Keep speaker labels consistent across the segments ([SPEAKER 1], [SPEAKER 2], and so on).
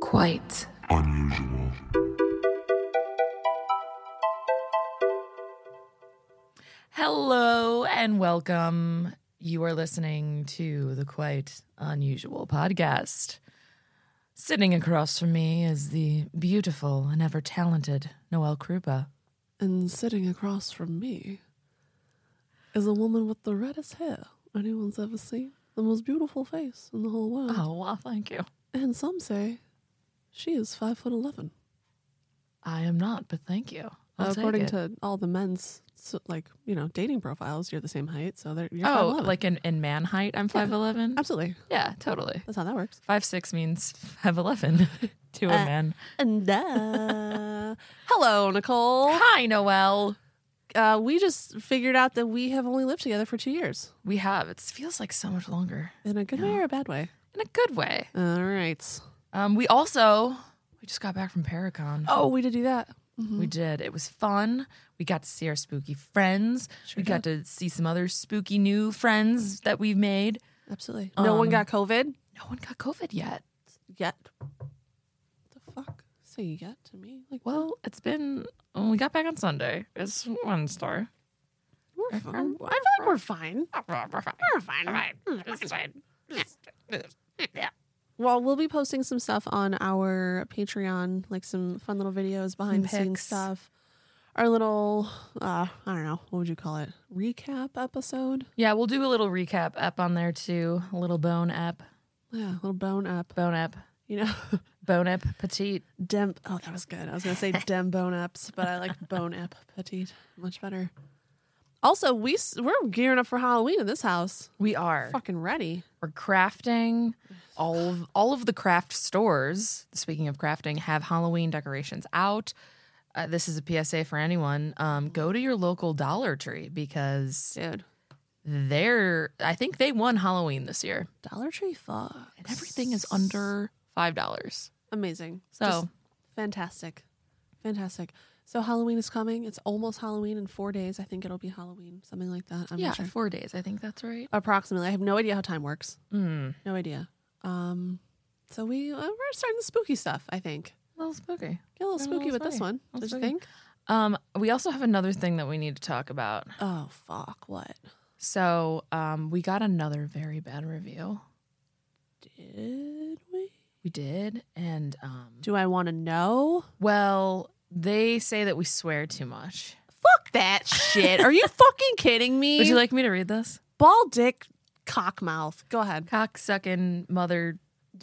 [SPEAKER 1] quite
[SPEAKER 2] unusual.
[SPEAKER 1] Hello and welcome. You are listening to the Quite Unusual podcast. Sitting across from me is the beautiful and ever talented Noelle Krupa.
[SPEAKER 3] And sitting across from me is a woman with the reddest hair anyone's ever seen, the most beautiful face in the whole world.
[SPEAKER 1] Oh, well, thank you.
[SPEAKER 3] And some say she is five foot eleven,
[SPEAKER 1] I am not, but thank you. I'll take
[SPEAKER 3] according
[SPEAKER 1] it.
[SPEAKER 3] to all the men's so, like you know dating profiles. You're the same height, so they're you're
[SPEAKER 1] Oh,
[SPEAKER 3] 5'11".
[SPEAKER 1] like in, in man height, I'm 5'11?
[SPEAKER 3] absolutely.
[SPEAKER 1] Yeah, totally.
[SPEAKER 3] That's how that works.
[SPEAKER 1] 5'6 means 5'11 to a
[SPEAKER 3] Uh,
[SPEAKER 1] man.
[SPEAKER 3] And uh, hello, Nicole.
[SPEAKER 1] Hi, Noelle.
[SPEAKER 3] Uh, we just figured out that we have only lived together for two years
[SPEAKER 1] We have. It feels like so much longer
[SPEAKER 3] in a good way or a bad way.
[SPEAKER 1] in a good way.
[SPEAKER 3] All right.
[SPEAKER 1] Um, we also we just got back from Paracon.
[SPEAKER 3] Oh, we did do that.
[SPEAKER 1] We did. It was fun. We got to see our spooky friends. we got to see some other spooky new friends that we've made.
[SPEAKER 3] Absolutely. No one
[SPEAKER 1] Um,
[SPEAKER 3] got COVID
[SPEAKER 1] No one got COVID yet.
[SPEAKER 3] yet. The fuck? Say yet to me? Like
[SPEAKER 1] Well, it's been oh, we got back on Sunday. It's Wednesday.
[SPEAKER 3] we're fine. I feel like we're fine. We're fine. It's Mm, fine. Well, we'll be posting some stuff on our Patreon, like some fun little videos behind the scenes
[SPEAKER 1] pics.
[SPEAKER 3] stuff. Our little, uh, I don't know, what would you call it? Recap episode?
[SPEAKER 1] Yeah, we'll do a little recap up on there too. A little bone up,
[SPEAKER 3] Yeah, little bone up.
[SPEAKER 1] bone up,
[SPEAKER 3] You know,
[SPEAKER 1] bone up, petite.
[SPEAKER 3] dem. Oh, that was good. I was gonna say dem bone ups, but I like bone up petite much better. Also, we s- we're gearing up for Halloween in this house.
[SPEAKER 1] We are.
[SPEAKER 3] Fucking ready.
[SPEAKER 1] We're crafting. All of, all of the craft stores, speaking of crafting, have Halloween decorations out. Uh, this is a PSA for anyone. Um, go to your local Dollar Tree because
[SPEAKER 3] Dude,
[SPEAKER 1] they're. I think they won Halloween this year,
[SPEAKER 3] Dollar Tree fuck.
[SPEAKER 1] and everything is under five dollars.
[SPEAKER 3] Amazing.
[SPEAKER 1] So
[SPEAKER 3] Just fantastic. Fantastic. So Halloween is coming. It's almost Halloween in four days. I think it'll be Halloween, something like that. I'm
[SPEAKER 1] yeah,
[SPEAKER 3] not sure.
[SPEAKER 1] four days. I think that's right.
[SPEAKER 3] Approximately. I have no idea how time works.
[SPEAKER 1] Mm,
[SPEAKER 3] No idea. Um, so we uh, we're starting the spooky stuff. I think
[SPEAKER 1] a little spooky.
[SPEAKER 3] get a
[SPEAKER 1] Yeah,
[SPEAKER 3] little
[SPEAKER 1] a
[SPEAKER 3] spooky
[SPEAKER 1] little
[SPEAKER 3] with this
[SPEAKER 1] spooky.
[SPEAKER 3] one.
[SPEAKER 1] A little
[SPEAKER 3] Don't you
[SPEAKER 1] spooky.
[SPEAKER 3] think?
[SPEAKER 1] Um, we also have another thing that we need to talk about.
[SPEAKER 3] Oh fuck! What
[SPEAKER 1] So um, we got another very bad review.
[SPEAKER 3] did we?
[SPEAKER 1] We did, and um,
[SPEAKER 3] Do I want to know?
[SPEAKER 1] Well, they say that we swear too much.
[SPEAKER 3] Fuck that shit! Are you fucking kidding me?
[SPEAKER 1] Would you like me to read this?
[SPEAKER 3] ball dick cock mouth? Go ahead.
[SPEAKER 1] Cock sucking mother.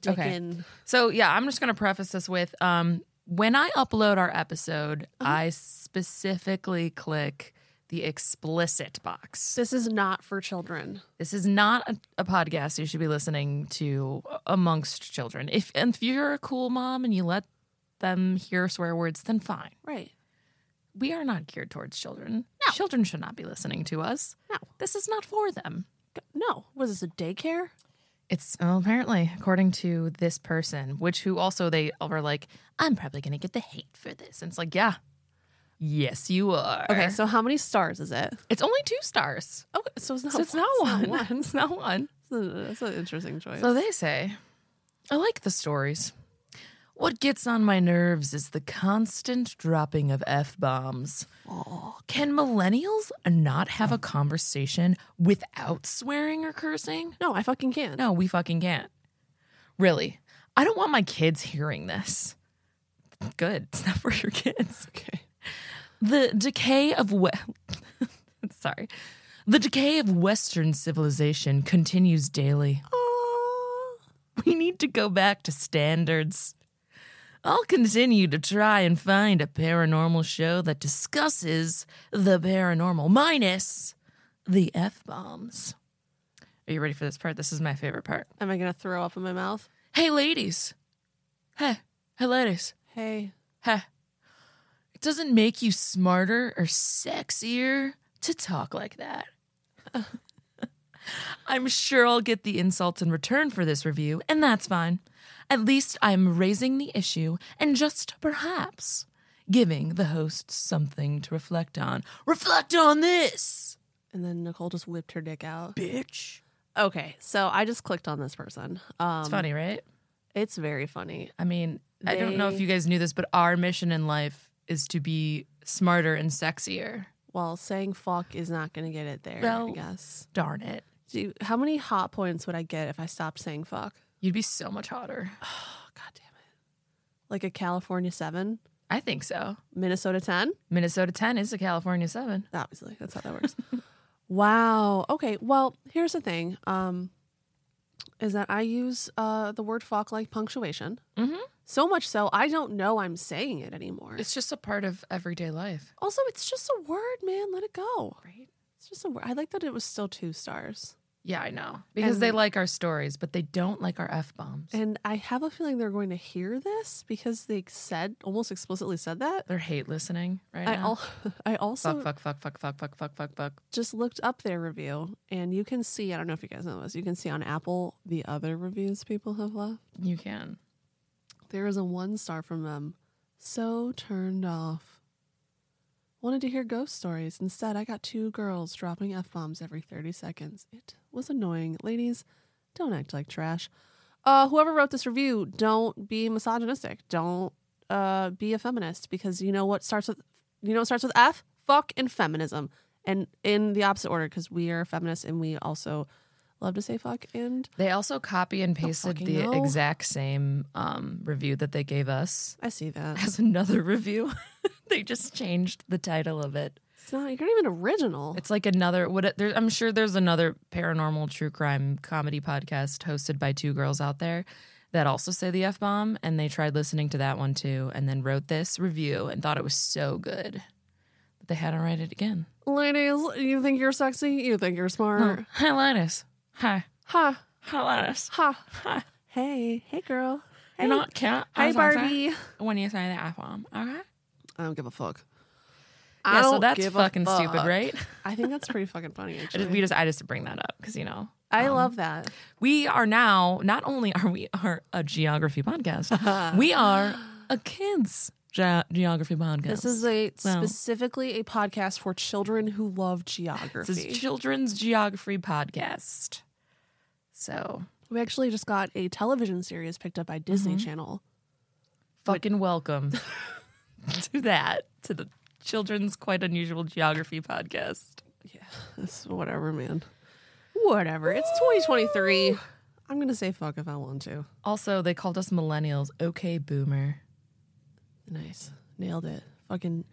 [SPEAKER 1] Okay.
[SPEAKER 3] Dickin.
[SPEAKER 1] So yeah, I'm just gonna preface this with um, when I upload our episode, I specifically click the explicit box.
[SPEAKER 3] This is not for children.
[SPEAKER 1] This is not a, a podcast you should be listening to amongst children. If and if you're a cool mom and you let them hear swear words, then fine.
[SPEAKER 3] Right.
[SPEAKER 1] we are not geared towards children. Children should not be listening to us.
[SPEAKER 3] No.
[SPEAKER 1] This is not for them.
[SPEAKER 3] No. Was this a daycare?
[SPEAKER 1] It's well, apparently, according to this person, which who also they were like, I'm probably going to get the hate for this. And it's like, yeah. Yes, you are.
[SPEAKER 3] Okay, so how many stars is it?
[SPEAKER 1] it's only two stars.
[SPEAKER 3] Oh, so it's not.
[SPEAKER 1] So it's not one. it's not one.
[SPEAKER 3] That's an interesting choice.
[SPEAKER 1] So they say, I like the stories. What gets on my nerves is the constant dropping of F bombs. Can millennials not have a conversation without swearing or cursing?
[SPEAKER 3] no, I fucking can't.
[SPEAKER 1] No, we fucking can't. Really. I don't want my kids hearing this. Good. It's not for your kids.
[SPEAKER 3] Okay.
[SPEAKER 1] The decay of we- sorry. The decay of western civilization continues daily. We need to go back to standards. I'll continue to try and find a paranormal show that discusses the paranormal minus the F bombs. Are you ready for this part? This is my favorite part.
[SPEAKER 3] Am I gonna throw up in my mouth?
[SPEAKER 1] Hey, ladies. Hey, hey, ladies.
[SPEAKER 3] Hey,
[SPEAKER 1] Hey. It doesn't make you smarter or sexier to talk like that. I'm sure I'll get the insults in return for this review, and that's fine. At least I'm raising the issue and just perhaps giving the host something to reflect on. Reflect on this,
[SPEAKER 3] and then Nicole just whipped her dick out.
[SPEAKER 1] bitch.
[SPEAKER 3] Okay, so I just clicked on this person. Um,
[SPEAKER 1] It's funny, right?
[SPEAKER 3] It's very funny.
[SPEAKER 1] I mean, I don't know if
[SPEAKER 3] They-
[SPEAKER 1] you guys knew this, but our mission in life is to be smarter and sexier.
[SPEAKER 3] Well, saying fuck is not going to get it there, I
[SPEAKER 1] Well-
[SPEAKER 3] guess.
[SPEAKER 1] Darn it.
[SPEAKER 3] Do, how many hot points would I get if I stopped saying fuck?
[SPEAKER 1] You'd be so much hotter.
[SPEAKER 3] Oh, God damn it. Like a California 7,
[SPEAKER 1] I think so.
[SPEAKER 3] Minnesota 10?
[SPEAKER 1] Minnesota 10 is a California 7.
[SPEAKER 3] Obviously, that's how that works. wow. Okay. Well, here's the thing um, is that I use uh, the word fuck like punctuation.
[SPEAKER 1] Mhm.
[SPEAKER 3] So much so, I don't know I'm saying it anymore.
[SPEAKER 1] It's just a part of everyday life.
[SPEAKER 3] also, it's just a word, man. Let it go.
[SPEAKER 1] Right?
[SPEAKER 3] It's just a word. I like that it was still two stars.
[SPEAKER 1] Yeah, I know. Because they
[SPEAKER 3] And-
[SPEAKER 1] like our stories, but they don't like our F bombs.
[SPEAKER 3] And I have a feeling they're going to hear this because they said almost explicitly said that.
[SPEAKER 1] They're hate listening right
[SPEAKER 3] I,
[SPEAKER 1] now.
[SPEAKER 3] al- I also
[SPEAKER 1] fuck, fuck, fuck, fuck, fuck, fuck, fuck, fuck, fuck.
[SPEAKER 3] just looked up their review, and you can see. I don't know if you guys know this. You can see on Apple the other reviews people have left.
[SPEAKER 1] You can.
[SPEAKER 3] There is a one star from them. So turned off. Wanted to hear ghost stories. Instead, I got two girls dropping F bombs every 30 seconds. It was annoying. Ladies, don't act like trash. Uh, whoever wrote this review, don't be misogynistic. Don't uh, be a feminist because you know what starts with you know what starts with F? Fuck and feminism. And in the opposite order, because we are feminists and we also love to say fuck and
[SPEAKER 1] They also copy and pasted
[SPEAKER 3] fucking
[SPEAKER 1] the
[SPEAKER 3] know.
[SPEAKER 1] exact same um, review that they gave us
[SPEAKER 3] I see that.
[SPEAKER 1] as another review. they just changed the title of it.
[SPEAKER 3] It's not you're not even original.
[SPEAKER 1] It's like another. What it, there, I'm sure there's another paranormal true crime comedy podcast hosted by two girls out there that also say the f bomb, and they tried listening to that one too, and then wrote this review and thought it was so good that they had to write it again.
[SPEAKER 3] Ladies, you think you're sexy? You think you're smart?
[SPEAKER 1] Hi, Linus. Hi.
[SPEAKER 3] Ha
[SPEAKER 1] Hi, Linus.
[SPEAKER 3] ha.
[SPEAKER 1] Hi.
[SPEAKER 3] Hey, hey, girl. Hey,
[SPEAKER 1] You're not cat.
[SPEAKER 3] hey,
[SPEAKER 1] That's what I'm saying.
[SPEAKER 3] Barbie.
[SPEAKER 1] When you say the f bomb, okay.
[SPEAKER 3] I don't give a fuck.
[SPEAKER 1] Yeah, so that's fucking stupid, right?
[SPEAKER 3] I think that's pretty fucking funny.
[SPEAKER 1] I just,
[SPEAKER 3] Actually,
[SPEAKER 1] we just I just bring that up because you know
[SPEAKER 3] I love that.
[SPEAKER 1] we are now not only are we are a geography podcast, we are a kids ge- geography podcast.
[SPEAKER 3] This is a
[SPEAKER 1] Well.
[SPEAKER 3] specifically a podcast for children who love
[SPEAKER 1] This is
[SPEAKER 3] geography.
[SPEAKER 1] children's geography podcast. So
[SPEAKER 3] we actually just got a television series picked up by Disney
[SPEAKER 1] Mm-hmm.
[SPEAKER 3] Channel.
[SPEAKER 1] fucking welcome to that to the children's quite unusual geography podcast.
[SPEAKER 3] Yeah, it's whatever, man. Whatever. It's 2023. I'm gonna say fuck if I want to.
[SPEAKER 1] Also, they called us millennials. Okay, boomer.
[SPEAKER 3] Nice. Nailed it. Fucking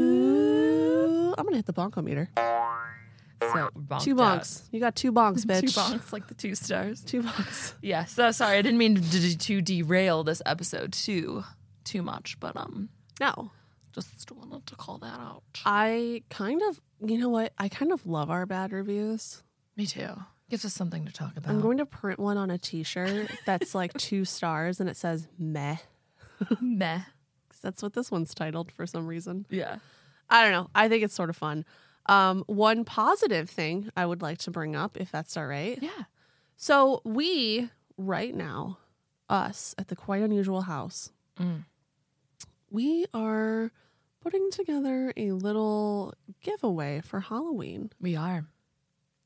[SPEAKER 3] ooh. I'm gonna hit the bonko meter.
[SPEAKER 1] So bonked
[SPEAKER 3] Two
[SPEAKER 1] out.
[SPEAKER 3] bonks. You got two bonks, bitch.
[SPEAKER 1] two bonks, like the two stars.
[SPEAKER 3] Two bonks.
[SPEAKER 1] Yeah, so sorry, I didn't mean to, to, to derail this episode too too much, but um,
[SPEAKER 3] No.
[SPEAKER 1] just wanted to call that out.
[SPEAKER 3] I kind of you know what? I kind of love our bad reviews.
[SPEAKER 1] Me too. Gives us something to talk about.
[SPEAKER 3] I'm going to print one on a t shirt that's like two stars and it says meh. 'Cause
[SPEAKER 1] Meh.
[SPEAKER 3] That's what this one's titled for some reason.
[SPEAKER 1] Yeah.
[SPEAKER 3] I don't know. I think it's sort of fun. Um, one positive thing I would like to bring up, if that's all right.
[SPEAKER 1] Yeah.
[SPEAKER 3] So we right now, us at the quite unusual house,
[SPEAKER 1] Mm.
[SPEAKER 3] we are putting together a little giveaway for Halloween.
[SPEAKER 1] We are.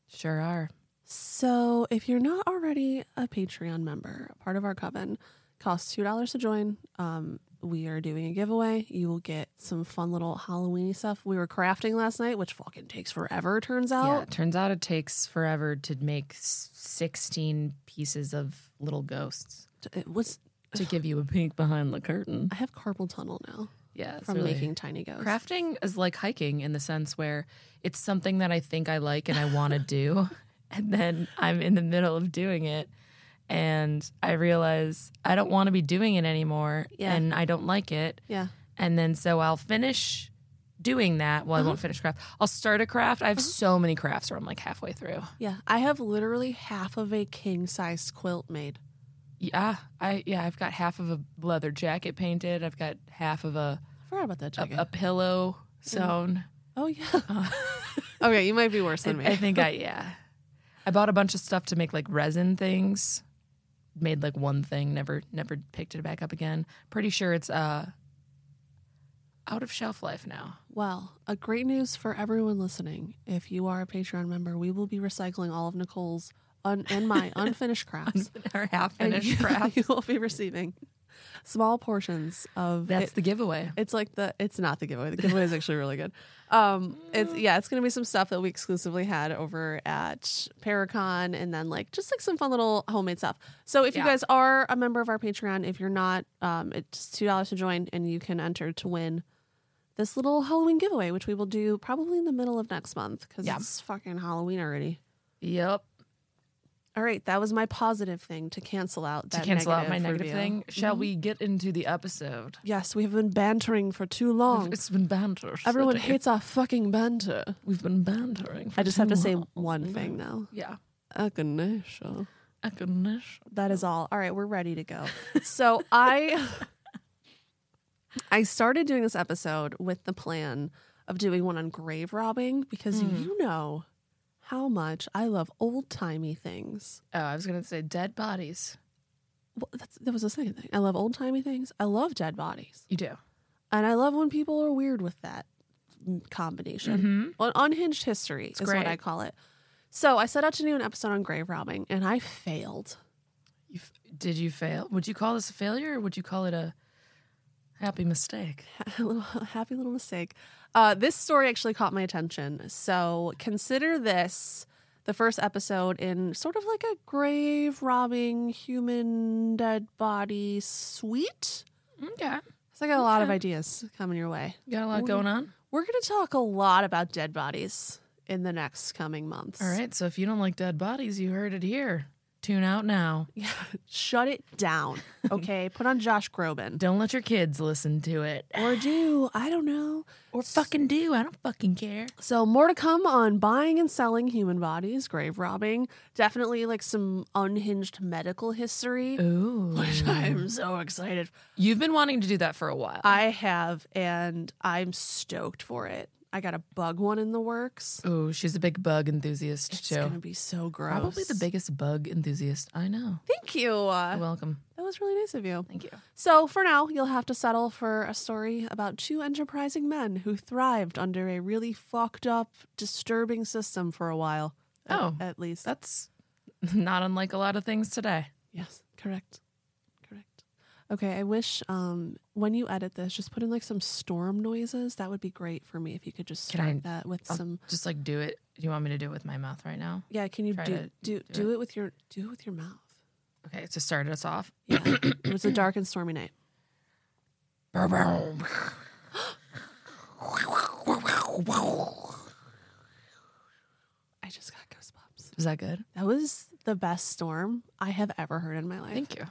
[SPEAKER 1] Sure are.
[SPEAKER 3] So if you're not already a Patreon member, a part of our coven, costs two dollars to join. Um, we are doing a giveaway. You will get some fun little Halloween stuff. We were crafting last night, which fucking takes forever, turns
[SPEAKER 1] Yeah.
[SPEAKER 3] out.
[SPEAKER 1] It turns out it takes forever to make s- sixteen pieces of little ghosts
[SPEAKER 3] It was
[SPEAKER 1] to give you a peek behind the curtain.
[SPEAKER 3] I have carpal tunnel now
[SPEAKER 1] Yeah. it's
[SPEAKER 3] from
[SPEAKER 1] really-
[SPEAKER 3] making tiny ghosts.
[SPEAKER 1] Crafting is like hiking in the sense where it's something that I think I like and I want to do. And then I'm in the middle of doing it and I realize I don't want to be doing it anymore
[SPEAKER 3] Yeah.
[SPEAKER 1] and I don't like it.
[SPEAKER 3] Yeah.
[SPEAKER 1] And then so I'll finish doing that. Well, I
[SPEAKER 3] Uh-huh.
[SPEAKER 1] won't finish craft. I'll start a craft. I have so many crafts where I'm like halfway through.
[SPEAKER 3] Yeah, I have literally half of a king size quilt made.
[SPEAKER 1] Yeah. I yeah, I've got half of a leather jacket painted. I've got half of a
[SPEAKER 3] I forgot about that
[SPEAKER 1] a,
[SPEAKER 3] jacket.
[SPEAKER 1] a pillow sewn.
[SPEAKER 3] oh yeah. okay, you might be worse than me.
[SPEAKER 1] I, I think I yeah. I bought a bunch of stuff to make like resin things. Made like one thing, never never picked it back up again. Pretty sure it's uh out of shelf life now.
[SPEAKER 3] well, a great news for everyone listening. If you are a Patreon member, we will be recycling all of Nicole's un- and my unfinished crafts.
[SPEAKER 1] Or half
[SPEAKER 3] and
[SPEAKER 1] finished
[SPEAKER 3] you-
[SPEAKER 1] crap.
[SPEAKER 3] You will be receiving small portions of
[SPEAKER 1] That's
[SPEAKER 3] it-
[SPEAKER 1] the giveaway.
[SPEAKER 3] It's like the it's not the giveaway. The giveaway is actually really good. Um it's yeah, it's gonna be some stuff that we exclusively had over at Paracon and then like just like some fun little homemade stuff. So if you
[SPEAKER 1] Yeah.
[SPEAKER 3] guys are a member of our Patreon, if you're not, um it's two dollars to join and you can enter to win this little Halloween giveaway, which we will do probably in the middle of next month because
[SPEAKER 1] Yeah.
[SPEAKER 3] it's fucking Halloween already.
[SPEAKER 1] Yep.
[SPEAKER 3] All right, that was my positive thing to cancel out
[SPEAKER 1] To
[SPEAKER 3] that
[SPEAKER 1] cancel out my negative Mm-hmm.
[SPEAKER 3] review.
[SPEAKER 1] thing, shall we get into the episode?
[SPEAKER 3] Yes, we have been bantering for too long.
[SPEAKER 1] It's been banter.
[SPEAKER 3] Everyone
[SPEAKER 1] City.
[SPEAKER 3] hates our fucking banter.
[SPEAKER 1] We've been bantering. For
[SPEAKER 3] I just have
[SPEAKER 1] too
[SPEAKER 3] to say
[SPEAKER 1] long.
[SPEAKER 3] one thing Oh, now.
[SPEAKER 1] Yeah.
[SPEAKER 3] Agonisha.
[SPEAKER 1] Agonish.
[SPEAKER 3] That is all. All right, we're ready to go. So I I started doing this episode with the plan of doing one on grave robbing because you know how much I love old timey things.
[SPEAKER 1] Oh, I was gonna say dead bodies.
[SPEAKER 3] Well, that's, that was the second thing. I love old timey things. I love dead bodies,
[SPEAKER 1] You do.
[SPEAKER 3] and I love when people are weird with that combination.
[SPEAKER 1] Mm-hmm.
[SPEAKER 3] Un- unhinged history is what
[SPEAKER 1] great.
[SPEAKER 3] I call it. So I set out to do an episode on grave robbing, and I failed.
[SPEAKER 1] You f- did you fail? Would you call this a failure, or would you call it a happy mistake?
[SPEAKER 3] a little happy little mistake. Uh, this story actually caught my attention. So consider this the first episode in sort of like a grave robbing human dead body suite.
[SPEAKER 1] Okay.
[SPEAKER 3] So I got a lot of ideas coming your way.
[SPEAKER 1] Got a lot going on.
[SPEAKER 3] We're going to talk a lot about dead bodies in the next coming months.
[SPEAKER 1] All right. So if you don't like dead bodies, you heard it here. Tune out now.
[SPEAKER 3] Yeah. Shut it down. Okay. Put on Josh Groban.
[SPEAKER 1] Don't let your kids listen to it.
[SPEAKER 3] Or do. I don't know.
[SPEAKER 1] Or fucking do. I don't fucking care.
[SPEAKER 3] So more to come on buying and selling human bodies, grave robbing, definitely like some unhinged medical history.
[SPEAKER 1] Ooh.
[SPEAKER 3] Which I'm so excited.
[SPEAKER 1] You've been wanting to do that for a while.
[SPEAKER 3] I have, and I'm stoked for it. I got a bug one in the works.
[SPEAKER 1] Ooh, she's a big bug enthusiast
[SPEAKER 3] It's
[SPEAKER 1] too.
[SPEAKER 3] gonna be so gross.
[SPEAKER 1] Probably the biggest bug enthusiast I know.
[SPEAKER 3] Thank you. Uh,
[SPEAKER 1] Welcome.
[SPEAKER 3] that was really nice of you.
[SPEAKER 1] Thank you.
[SPEAKER 3] So for now, you'll have to settle for a story about two enterprising men who thrived under a really fucked up, disturbing system for a while. At-
[SPEAKER 1] Oh.
[SPEAKER 3] at least
[SPEAKER 1] That's not unlike a lot of things today.
[SPEAKER 3] Yes, correct. Correct. Okay, I wish um when you edit this, just put in like some storm noises. That would be great for me if you could just
[SPEAKER 1] Can
[SPEAKER 3] start
[SPEAKER 1] I-
[SPEAKER 3] that with
[SPEAKER 1] I'll
[SPEAKER 3] some
[SPEAKER 1] Just like do it. Do you want me to do it with my mouth right now?
[SPEAKER 3] Yeah, can you
[SPEAKER 1] try
[SPEAKER 3] do
[SPEAKER 1] to
[SPEAKER 3] do,
[SPEAKER 1] do
[SPEAKER 3] do it. with your do it with your mouth?
[SPEAKER 1] Okay, to start us off.
[SPEAKER 3] Yeah. it was a dark and stormy night. I just got goosebumps.
[SPEAKER 1] Was that good?
[SPEAKER 3] That was the best storm I have ever heard in my life.
[SPEAKER 1] Thank you.
[SPEAKER 3] It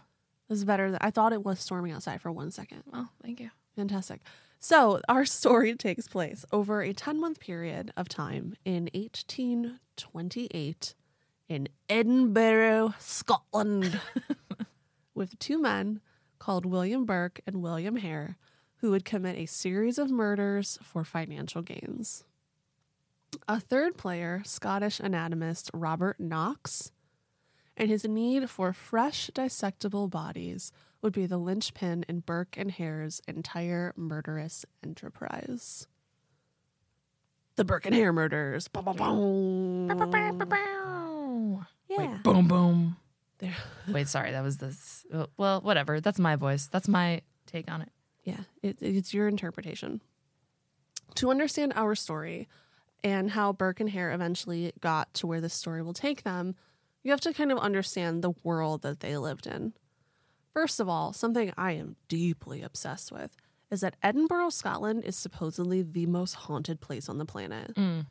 [SPEAKER 3] was better than I thought it was storming outside for one second.
[SPEAKER 1] Well, thank you.
[SPEAKER 3] Fantastic. So, our story takes place over a 10 month period of time in 1828 in Edinburgh, Scotland, with two men called William Burke and William Hare who would commit a series of murders for financial gains. A third player, Scottish anatomist Robert Knox, and his need for fresh dissectable bodies would be the linchpin in Burke and Hare's entire murderous enterprise. The Burke and Hare murders. Ba, ba, ba. Yeah.
[SPEAKER 1] Wait, boom, boom.
[SPEAKER 3] There-
[SPEAKER 1] Wait, sorry, that was this. Well, whatever. That's my voice. That's my take on it.
[SPEAKER 3] Yeah, it, it's your interpretation. To understand our story and how Burke and Hare eventually got to where this story will take them, you have to kind of understand the world that they lived in. First of all, something I am deeply obsessed with is that Edinburgh, Scotland is supposedly the most haunted place on the planet.
[SPEAKER 1] Mm.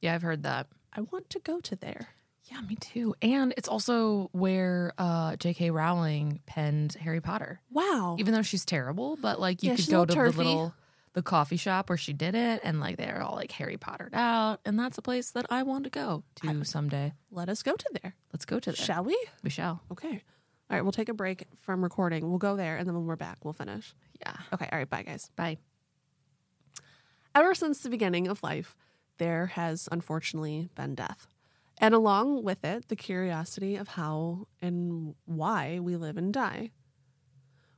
[SPEAKER 1] Yeah, I've heard that.
[SPEAKER 3] I want to go to there.
[SPEAKER 1] Yeah, me too. And it's also where uh, J.K. Rowling penned Harry Potter.
[SPEAKER 3] Wow.
[SPEAKER 1] Even though she's terrible, but like you
[SPEAKER 3] Yeah, she's
[SPEAKER 1] could
[SPEAKER 3] a
[SPEAKER 1] go to
[SPEAKER 3] little turfy.
[SPEAKER 1] the little the coffee shop where she did it, and like they're all like Harry Pottered out, and that's a place that I want to go to someday.
[SPEAKER 3] Let us go to there.
[SPEAKER 1] Let's go to there.
[SPEAKER 3] Shall we?
[SPEAKER 1] we shall.
[SPEAKER 3] Okay. All right, we'll take a break from recording. We'll go there and then when we're back, we'll finish.
[SPEAKER 1] Yeah.
[SPEAKER 3] Okay, all right, bye guys.
[SPEAKER 1] Bye.
[SPEAKER 3] Ever since the beginning of life, there has unfortunately been death. And along with it, the curiosity of how and why we live and die.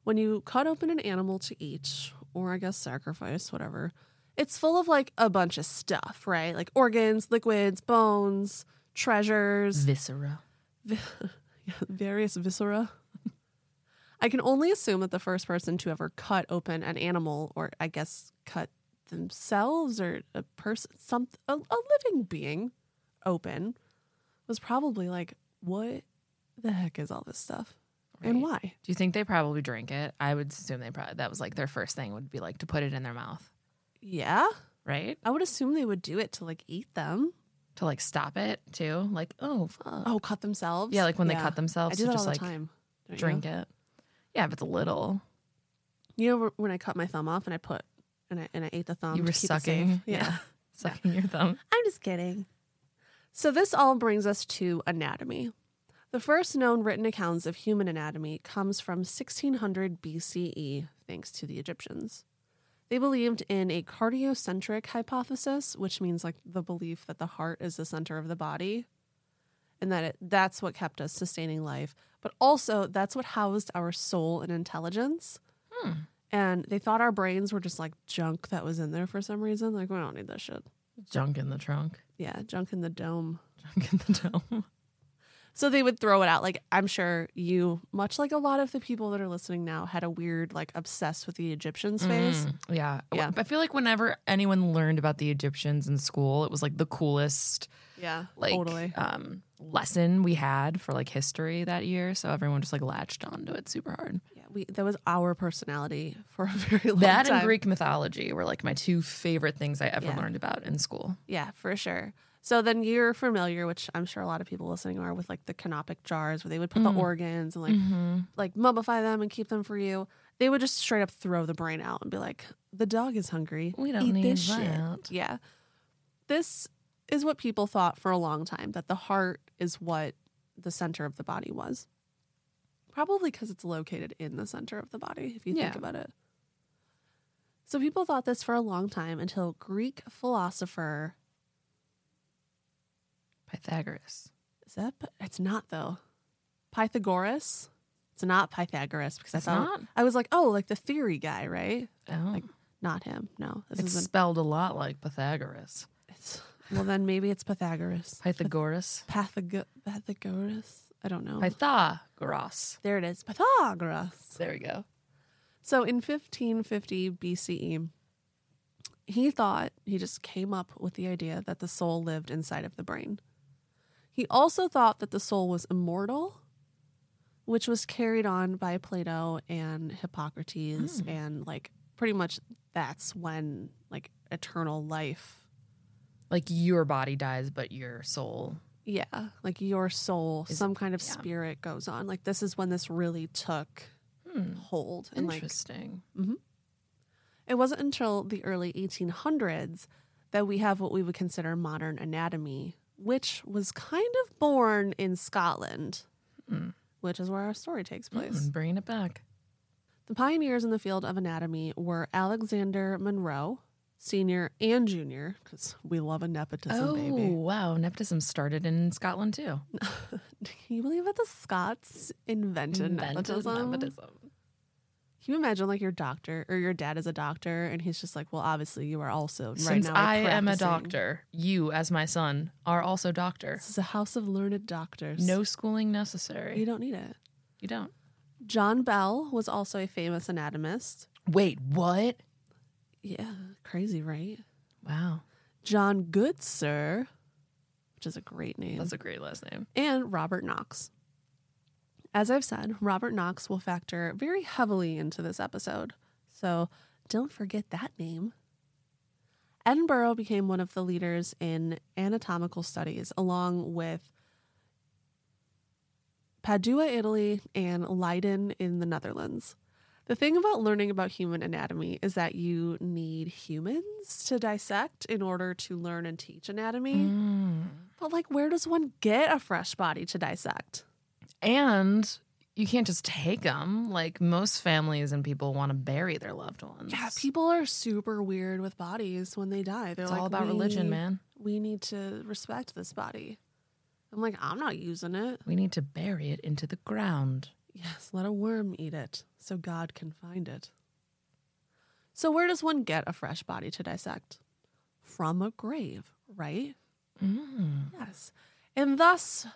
[SPEAKER 3] When you cut open an animal to eat, or I guess sacrifice, whatever, it's full of like a bunch of stuff, right? Like organs, liquids, bones, treasures,
[SPEAKER 1] Viscera.
[SPEAKER 3] various viscera. I can only assume that the first person to ever cut open an animal, or I guess cut themselves or a person, some a, a living being, open, was probably like, "What the heck is all this stuff, and
[SPEAKER 1] Right.
[SPEAKER 3] why?"
[SPEAKER 1] Do you think they probably drink it? I would assume they probably that was like their first thing would be like to put it in their mouth,
[SPEAKER 3] Yeah,
[SPEAKER 1] right?
[SPEAKER 3] I would assume they would do it to like eat them.
[SPEAKER 1] To like stop it too. Like, oh fuck.
[SPEAKER 3] Oh, cut themselves.
[SPEAKER 1] Yeah, like when they
[SPEAKER 3] Yeah.
[SPEAKER 1] cut themselves
[SPEAKER 3] I do
[SPEAKER 1] to
[SPEAKER 3] that
[SPEAKER 1] just
[SPEAKER 3] all
[SPEAKER 1] like
[SPEAKER 3] the time. don't you?
[SPEAKER 1] drink it. Yeah, if it's a little.
[SPEAKER 3] You know wh- when I cut my thumb off and I put and I and I ate the thumb.
[SPEAKER 1] you were
[SPEAKER 3] Um, to keep it safe?
[SPEAKER 1] sucking.
[SPEAKER 3] Yeah.
[SPEAKER 1] Sucking your thumb.
[SPEAKER 3] I'm just kidding. So this all brings us to anatomy. The first known written accounts of human anatomy comes from 1600 BCE, E, thanks to the Egyptians. They believed in a cardiocentric hypothesis, which means like the belief that the heart is the center of the body and that it, that's what kept us sustaining life, but also that's what housed our soul and intelligence. And they thought our brains were just like junk that was in there for some reason. Like, we don't need this shit.
[SPEAKER 1] Junk in the trunk.
[SPEAKER 3] Yeah, junk in the dome.
[SPEAKER 1] Junk in the dome.
[SPEAKER 3] So they would throw it out. Like I'm sure you, much like a lot of the people that are listening now, had a weird, like obsessed with the Egyptians phase.
[SPEAKER 1] Mm, yeah.
[SPEAKER 3] Yeah.
[SPEAKER 1] I feel like whenever anyone learned about the Egyptians in school, it was like the coolest
[SPEAKER 3] Yeah,
[SPEAKER 1] like
[SPEAKER 3] totally.
[SPEAKER 1] um lesson we had for like history that year. So everyone just like latched onto it super hard.
[SPEAKER 3] Yeah, we that was our personality for a very long
[SPEAKER 1] That
[SPEAKER 3] time.
[SPEAKER 1] and Greek mythology were like my two favorite things I ever
[SPEAKER 3] Yeah.
[SPEAKER 1] learned about in school.
[SPEAKER 3] Yeah, for sure. So then you're familiar, which I'm sure a lot of people listening are, with like the canopic jars where they would put
[SPEAKER 1] Mm.
[SPEAKER 3] the organs and like mm-hmm. like mummify them and keep them for you. They would just straight up throw the brain out and be like, "The dog is hungry.
[SPEAKER 1] We don't
[SPEAKER 3] Eat
[SPEAKER 1] need
[SPEAKER 3] this
[SPEAKER 1] that."
[SPEAKER 3] shit." Yeah, this is what people thought for a long time that the heart is what the center of the body was. Probably because it's located in the center of the body, if you think
[SPEAKER 1] Yeah.
[SPEAKER 3] about it. So people thought this for a long time until Greek philosopher
[SPEAKER 1] Pythagoras.
[SPEAKER 3] Is that? Py- It's not though. Pythagoras. It's not Pythagoras because
[SPEAKER 1] It's
[SPEAKER 3] I thought
[SPEAKER 1] not?
[SPEAKER 3] I was like, oh, like the theory guy, right?
[SPEAKER 1] Oh.
[SPEAKER 3] Not him. No, this
[SPEAKER 1] it's
[SPEAKER 3] is
[SPEAKER 1] spelled a lot like Pythagoras.
[SPEAKER 3] it's, well then maybe it's Pythagoras.
[SPEAKER 1] Pythagoras.
[SPEAKER 3] Pythag- Pythagoras. I don't know.
[SPEAKER 1] Pythagoras.
[SPEAKER 3] there it is. Pythagoras.
[SPEAKER 1] There we go.
[SPEAKER 3] So in 1550 BCE, E, he thought he just came up with the idea that the soul lived inside of the brain. He also thought that the soul was immortal, which was carried on by Plato and Hippocrates, and like pretty much that's when like eternal life.
[SPEAKER 1] Like your body dies, but your soul.
[SPEAKER 3] Yeah, like your soul,
[SPEAKER 1] Is-
[SPEAKER 3] some kind of
[SPEAKER 1] yeah.
[SPEAKER 3] spirit goes on. Like this is when this really took
[SPEAKER 1] Hmm.
[SPEAKER 3] hold and like
[SPEAKER 1] Interesting.
[SPEAKER 3] It wasn't until the early 1800s that we have what we would consider modern anatomy, which was kind of born in Scotland,
[SPEAKER 1] Hmm.
[SPEAKER 3] which is where our story takes place.
[SPEAKER 1] Mm, bringing it back.
[SPEAKER 3] The pioneers in the field of anatomy were Alexander Monroe, senior and junior, because we love a nepotism,
[SPEAKER 1] oh,
[SPEAKER 3] baby.
[SPEAKER 1] wow. Nepotism started in Scotland too.
[SPEAKER 3] Can you believe that the Scots invented, nepotism?
[SPEAKER 1] Mm, nepotism.
[SPEAKER 3] Can you imagine like your doctor or your dad is a doctor and he's just like, well, obviously you are also right
[SPEAKER 1] Since
[SPEAKER 3] now. a
[SPEAKER 1] I am a
[SPEAKER 3] practicing-
[SPEAKER 1] doctor, you, as my son, are also doctor.
[SPEAKER 3] This is a house of learned doctors.
[SPEAKER 1] No schooling
[SPEAKER 3] You
[SPEAKER 1] necessary.
[SPEAKER 3] don't need it.
[SPEAKER 1] You don't.
[SPEAKER 3] John Bell was also a famous anatomist.
[SPEAKER 1] Wait, what?
[SPEAKER 3] Yeah, crazy, right?
[SPEAKER 1] Wow.
[SPEAKER 3] John Goodsir, which is a great name,
[SPEAKER 1] That's a great last name.
[SPEAKER 3] and Robert Knox. As I've said, Robert Knox will factor very heavily into this episode, so don't forget that name. Edinburgh became one of the leaders in anatomical studies, along with Padua, Italy, and Leiden in the Netherlands. The thing about learning about human anatomy is that you need humans to dissect in order to learn and teach anatomy.
[SPEAKER 1] Mm.
[SPEAKER 3] But, like, where does one get a fresh body to dissect?
[SPEAKER 1] And you can't just take them. Like most families and people want to bury their loved ones.
[SPEAKER 3] Yeah, people are super weird with bodies when they die. They're
[SPEAKER 1] It's
[SPEAKER 3] like,
[SPEAKER 1] all about religion,
[SPEAKER 3] "We-
[SPEAKER 1] man.
[SPEAKER 3] We need to respect this body. I'm like, I'm not using it.
[SPEAKER 1] We need to bury it into the ground.
[SPEAKER 3] Yes, let a worm eat it so God can find it. So, where does one get a fresh body to dissect? From a grave, right?
[SPEAKER 1] Mm.
[SPEAKER 3] Yes. And thus,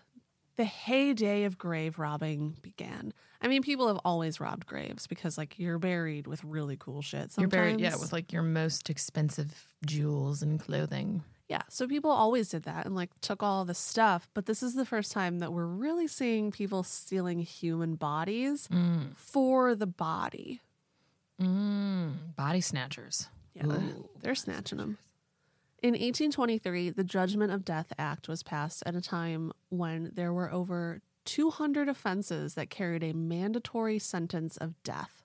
[SPEAKER 3] the heyday of grave robbing began. I mean, people have always robbed graves because, like, you're buried with really cool shit. Sometimes.
[SPEAKER 1] You're buried, yeah, with like your most expensive jewels and clothing.
[SPEAKER 3] Yeah, so people always did that and like took all the stuff, but this is the first time that we're really seeing people stealing human bodies
[SPEAKER 1] Mm.
[SPEAKER 3] for the body.
[SPEAKER 1] Mm. Body snatchers.
[SPEAKER 3] Yeah,
[SPEAKER 1] Ooh.
[SPEAKER 3] they're snatching them. In 1823, the Judgment of Death Act was passed at a time when there were over 200 offenses that carried a mandatory sentence of death.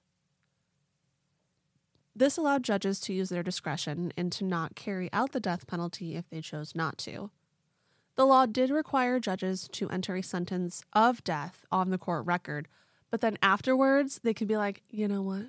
[SPEAKER 3] This allowed judges to use their discretion and to not carry out the death penalty if they chose not to. The law did require judges to enter a sentence of death on the court record, but then afterwards they could be like, you know what?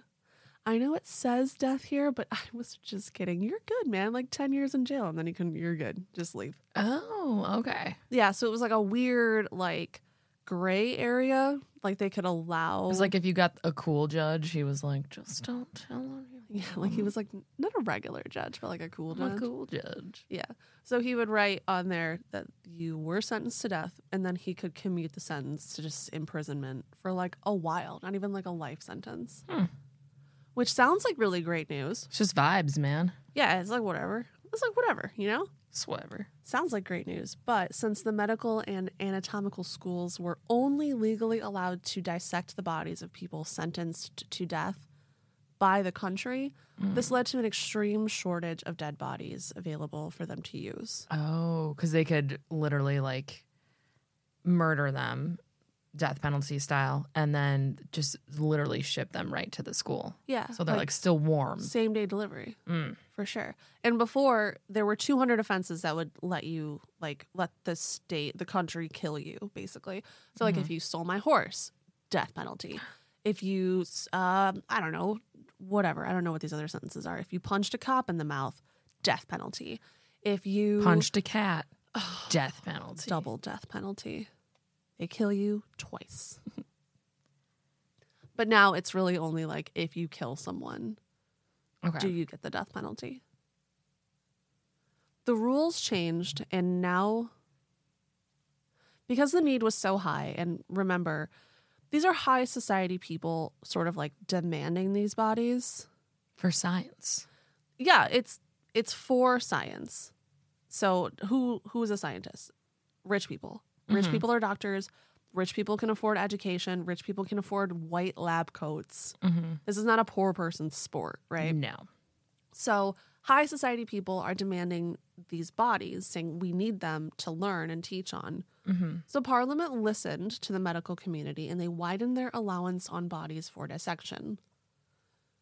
[SPEAKER 3] I know it says death here, but I was just kidding. You're good, man. Like 10 years in jail. And then you can, you're good. Just leave.
[SPEAKER 1] Oh, okay.
[SPEAKER 3] Yeah. So it was like a weird, like, gray area. Like they could
[SPEAKER 1] It
[SPEAKER 3] allow.
[SPEAKER 1] was like if you got a cool judge, he was like, just don't tell him you
[SPEAKER 3] yeah, like he was like not a regular judge, but like a cool
[SPEAKER 1] um, I'm
[SPEAKER 3] judge.
[SPEAKER 1] a cool judge.
[SPEAKER 3] Yeah. So he would write on there that you were sentenced to death, and then he could commute the sentence to just imprisonment for like a while, not even like a life sentence.
[SPEAKER 1] Hmm.
[SPEAKER 3] Which sounds like really great news.
[SPEAKER 1] It's just vibes, man.
[SPEAKER 3] Yeah, it's like whatever. It's like whatever, you know?
[SPEAKER 1] It's whatever.
[SPEAKER 3] Sounds like great news, but since the medical and anatomical schools were only legally allowed to dissect the bodies of people sentenced to death by the country,
[SPEAKER 1] Mm.
[SPEAKER 3] this led to an extreme shortage of dead bodies available for them to use.
[SPEAKER 1] Oh, because they could literally like murder them, death penalty style, and then just literally ship them right to the school.
[SPEAKER 3] Yeah.
[SPEAKER 1] So they're like, still warm.
[SPEAKER 3] same day delivery
[SPEAKER 1] Mm.
[SPEAKER 3] for sure. And before there were 200 offenses that would let you like let the state, the country kill you basically. So like if you stole my horse, death penalty. If you um I don't know, whatever. I don't know what these other sentences are. If you punched a cop in the mouth, death penalty. If you
[SPEAKER 1] Punched a cat, death penalty.
[SPEAKER 3] double death penalty. They kill you twice. but now it's really only like if you kill someone
[SPEAKER 1] Okay.
[SPEAKER 3] do you get the death penalty? The rules changed, and now, because the need was so high, and remember, these are high society people sort of like demanding these bodies.
[SPEAKER 1] For science.
[SPEAKER 3] Yeah, it's it's for science. So who who is a scientist? Rich people. Rich people are doctors. Rich people can afford education. Rich people can afford white lab coats.
[SPEAKER 1] Mm-hmm.
[SPEAKER 3] This is not a poor person's sport, right?
[SPEAKER 1] No.
[SPEAKER 3] So, high society people are demanding these bodies, saying we need them to learn and teach on.
[SPEAKER 1] Mm-hmm.
[SPEAKER 3] So, Parliament listened to the medical community and they widened their allowance on bodies for dissection.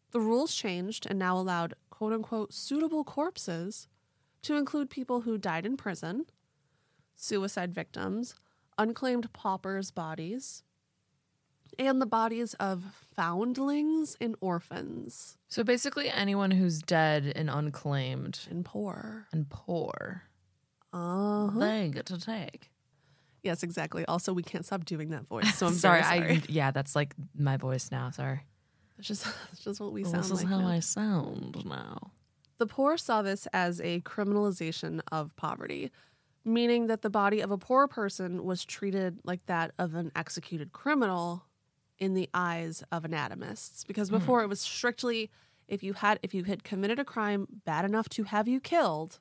[SPEAKER 3] The rules changed and now allowed quote unquote suitable corpses to include people who died in prison, suicide victims, unclaimed paupers' bodies, and the bodies of foundlings and orphans
[SPEAKER 1] So basically, anyone who's dead and unclaimed
[SPEAKER 3] and poor.
[SPEAKER 1] and poor,
[SPEAKER 3] Uh huh.
[SPEAKER 1] they get to take.
[SPEAKER 3] Yes, exactly. Also, we can't stop doing that voice. So I'm
[SPEAKER 1] sorry,
[SPEAKER 3] sorry. sorry.
[SPEAKER 1] I yeah, that's like my voice now. Sorry,
[SPEAKER 3] it's just it's just what we sound
[SPEAKER 1] this is
[SPEAKER 3] like.
[SPEAKER 1] how
[SPEAKER 3] now.
[SPEAKER 1] I sound now.
[SPEAKER 3] The poor saw this as a criminalization of poverty, meaning that the body of a poor person was treated like that of an executed criminal in the eyes of anatomists. Because
[SPEAKER 1] Hmm.
[SPEAKER 3] before it was strictly if you had if you had committed a crime bad enough to have you killed,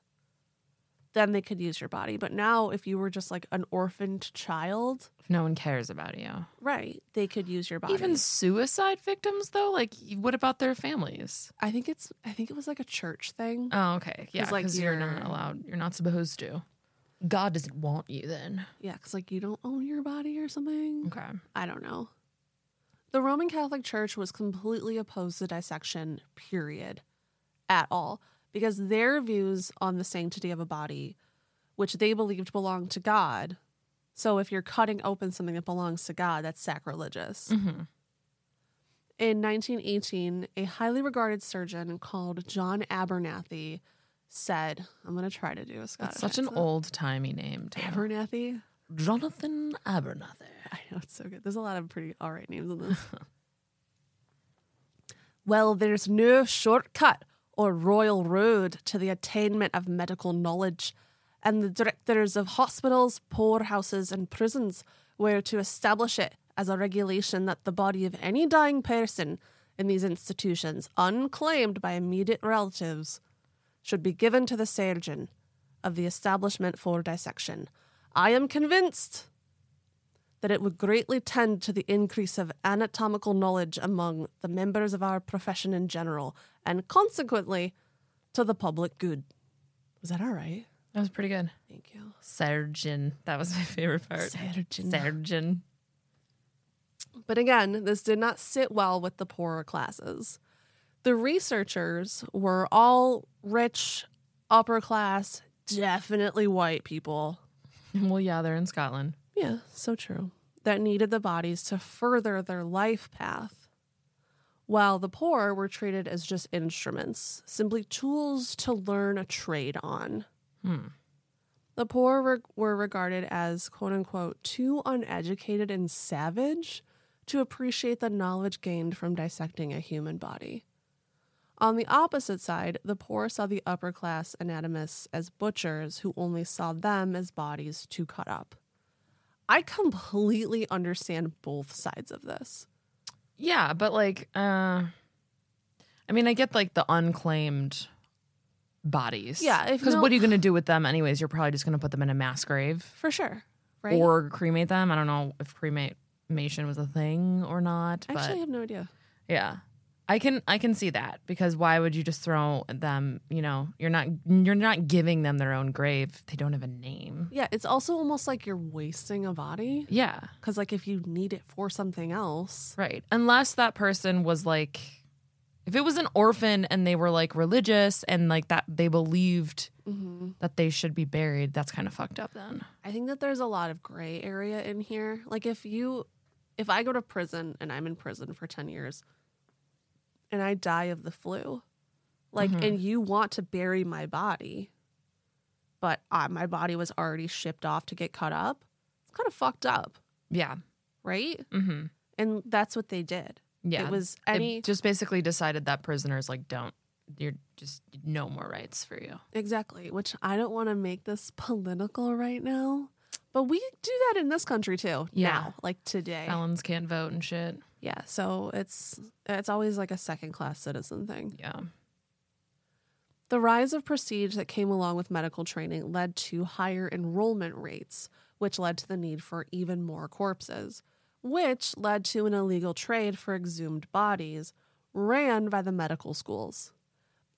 [SPEAKER 3] then they could use your body. But now if you were just like an orphaned child,
[SPEAKER 1] If no one cares about you,
[SPEAKER 3] right, they could use your body.
[SPEAKER 1] even suicide victims though. Like, what about their families?
[SPEAKER 3] I think it's I think it was like a church thing.
[SPEAKER 1] Oh, okay, yeah,
[SPEAKER 3] 'Cause, like,
[SPEAKER 1] because you're
[SPEAKER 3] you're-
[SPEAKER 1] not allowed. You're not supposed to. God doesn't want you then.
[SPEAKER 3] yeah, cuz like you don't own your body or something.
[SPEAKER 1] Okay.
[SPEAKER 3] I don't know. The Roman Catholic Church was completely opposed to dissection period at all because their views on the sanctity of a body which they believed belonged to God. So if you're cutting open something that belongs to God, that's sacrilegious.
[SPEAKER 1] Mm-hmm.
[SPEAKER 3] In 1918, a highly regarded surgeon called John Abernathy said, I'm going to try to do a Scottish
[SPEAKER 1] That's such an
[SPEAKER 3] accent.
[SPEAKER 1] old timey name. too.
[SPEAKER 3] Abernathy.
[SPEAKER 1] Jonathan Abernathy.
[SPEAKER 3] I know it's so good. There's a lot of pretty all right names in this. well, there's no shortcut or royal road to the attainment of medical knowledge, and the directors of hospitals, poorhouses, and prisons were to establish it as a regulation that the body of any dying person in these institutions, unclaimed by immediate relatives, should be given to the surgeon of the establishment for dissection. I am convinced that it would greatly tend to the increase of anatomical knowledge among the members of our profession in general, and consequently to the public good. Was that all right?
[SPEAKER 1] That was pretty good.
[SPEAKER 3] Thank you.
[SPEAKER 4] Surgeon. That was my favorite part.
[SPEAKER 3] Surgeon.
[SPEAKER 4] Surgeon.
[SPEAKER 3] But again, this did not sit well with the poorer classes. The researchers were all rich, upper class, definitely white people.
[SPEAKER 1] Well, yeah, they're in Scotland.
[SPEAKER 3] Yeah, so true. That needed the bodies to further their life path. While the poor were treated as just instruments, simply tools to learn a trade on.
[SPEAKER 4] Hmm.
[SPEAKER 3] The poor were, were regarded as, quote unquote, too uneducated and savage to appreciate the knowledge gained from dissecting a human body. On the opposite side, the poor saw the upper class anatomists as butchers who only saw them as bodies to cut up. I completely understand both sides of this.
[SPEAKER 1] Yeah, but like, uh I mean, I get like the unclaimed bodies.
[SPEAKER 3] Yeah, if
[SPEAKER 1] because
[SPEAKER 3] no-
[SPEAKER 1] what are you gonna do with them anyways? You're probably just gonna put them in a mass grave
[SPEAKER 3] For sure. Right?
[SPEAKER 1] or cremate them. I don't know if cremation was a thing or not, but
[SPEAKER 3] Actually, I have no idea.
[SPEAKER 1] yeah. I can I can see that because why would you just throw them, you know, you're not you're not giving them their own grave. They don't have a name.
[SPEAKER 3] Yeah, it's also almost like you're wasting a body.
[SPEAKER 1] Yeah.
[SPEAKER 3] Because, like, if you need it for something else,
[SPEAKER 1] Right. Unless that person was like if it was an orphan and they were like religious and like that they believed that they should be buried, that's kind of fucked up then.
[SPEAKER 3] I think that there's a lot of gray area in here. Like, if you, if I go to prison and I'm in prison for 10 years and I die of the flu, like,
[SPEAKER 1] Mm-hmm.
[SPEAKER 3] and you want to bury my body, but uh, my body was already shipped off to get cut up, it's kind of fucked up,
[SPEAKER 1] Yeah.
[SPEAKER 3] right?
[SPEAKER 1] Mhm.
[SPEAKER 3] And that's what they did.
[SPEAKER 1] Yeah.
[SPEAKER 3] It was
[SPEAKER 1] They
[SPEAKER 3] any
[SPEAKER 1] just basically decided that prisoners like don't you're just no more rights for you.
[SPEAKER 3] exactly, which I don't want to make this political right now, but we do that in this country too.
[SPEAKER 1] Yeah.
[SPEAKER 3] Now, like today.
[SPEAKER 1] Felons can't vote and shit.
[SPEAKER 3] Yeah, so it's it's always like a second class citizen thing.
[SPEAKER 1] Yeah.
[SPEAKER 3] The rise of prestige that came along with medical training led to higher enrollment rates, which led to the need for even more corpses, which led to an illegal trade for exhumed bodies ran by the medical schools,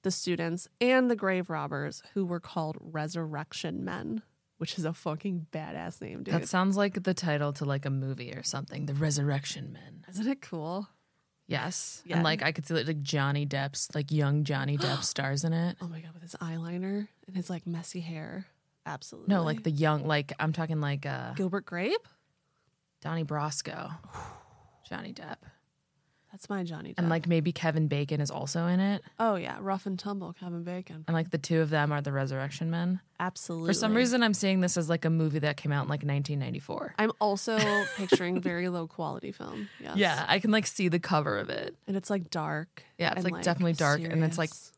[SPEAKER 3] the students, and the grave robbers who were called resurrection men, which is a fucking badass name, dude.
[SPEAKER 1] That sounds like the title to like a movie or something. The Resurrection Men.
[SPEAKER 3] Isn't it cool?
[SPEAKER 1] Yes.
[SPEAKER 3] Yeah.
[SPEAKER 1] And like I could see like Johnny Depp's like young Johnny Depp stars in it.
[SPEAKER 3] Oh my god, with his eyeliner and his like messy hair. Absolutely.
[SPEAKER 1] No, like the young, like I'm talking like uh,
[SPEAKER 3] Gilbert Grape?
[SPEAKER 1] Donnie Brasco, Johnny Depp,
[SPEAKER 3] That's my Johnny Depp.
[SPEAKER 1] and like maybe Kevin Bacon is also in it,
[SPEAKER 3] oh yeah, rough and tumble Kevin Bacon.
[SPEAKER 1] and like the two of them are the Resurrection Men.
[SPEAKER 3] Absolutely.
[SPEAKER 1] For some reason, I'm seeing this as like a movie that came out in like 1994.
[SPEAKER 3] I'm also picturing very low quality film. Yes.
[SPEAKER 1] Yeah, I can like see the cover of it.
[SPEAKER 3] And it's like dark.
[SPEAKER 1] Yeah, it's,
[SPEAKER 3] and,
[SPEAKER 1] like, definitely dark, and it's, like,
[SPEAKER 3] serious.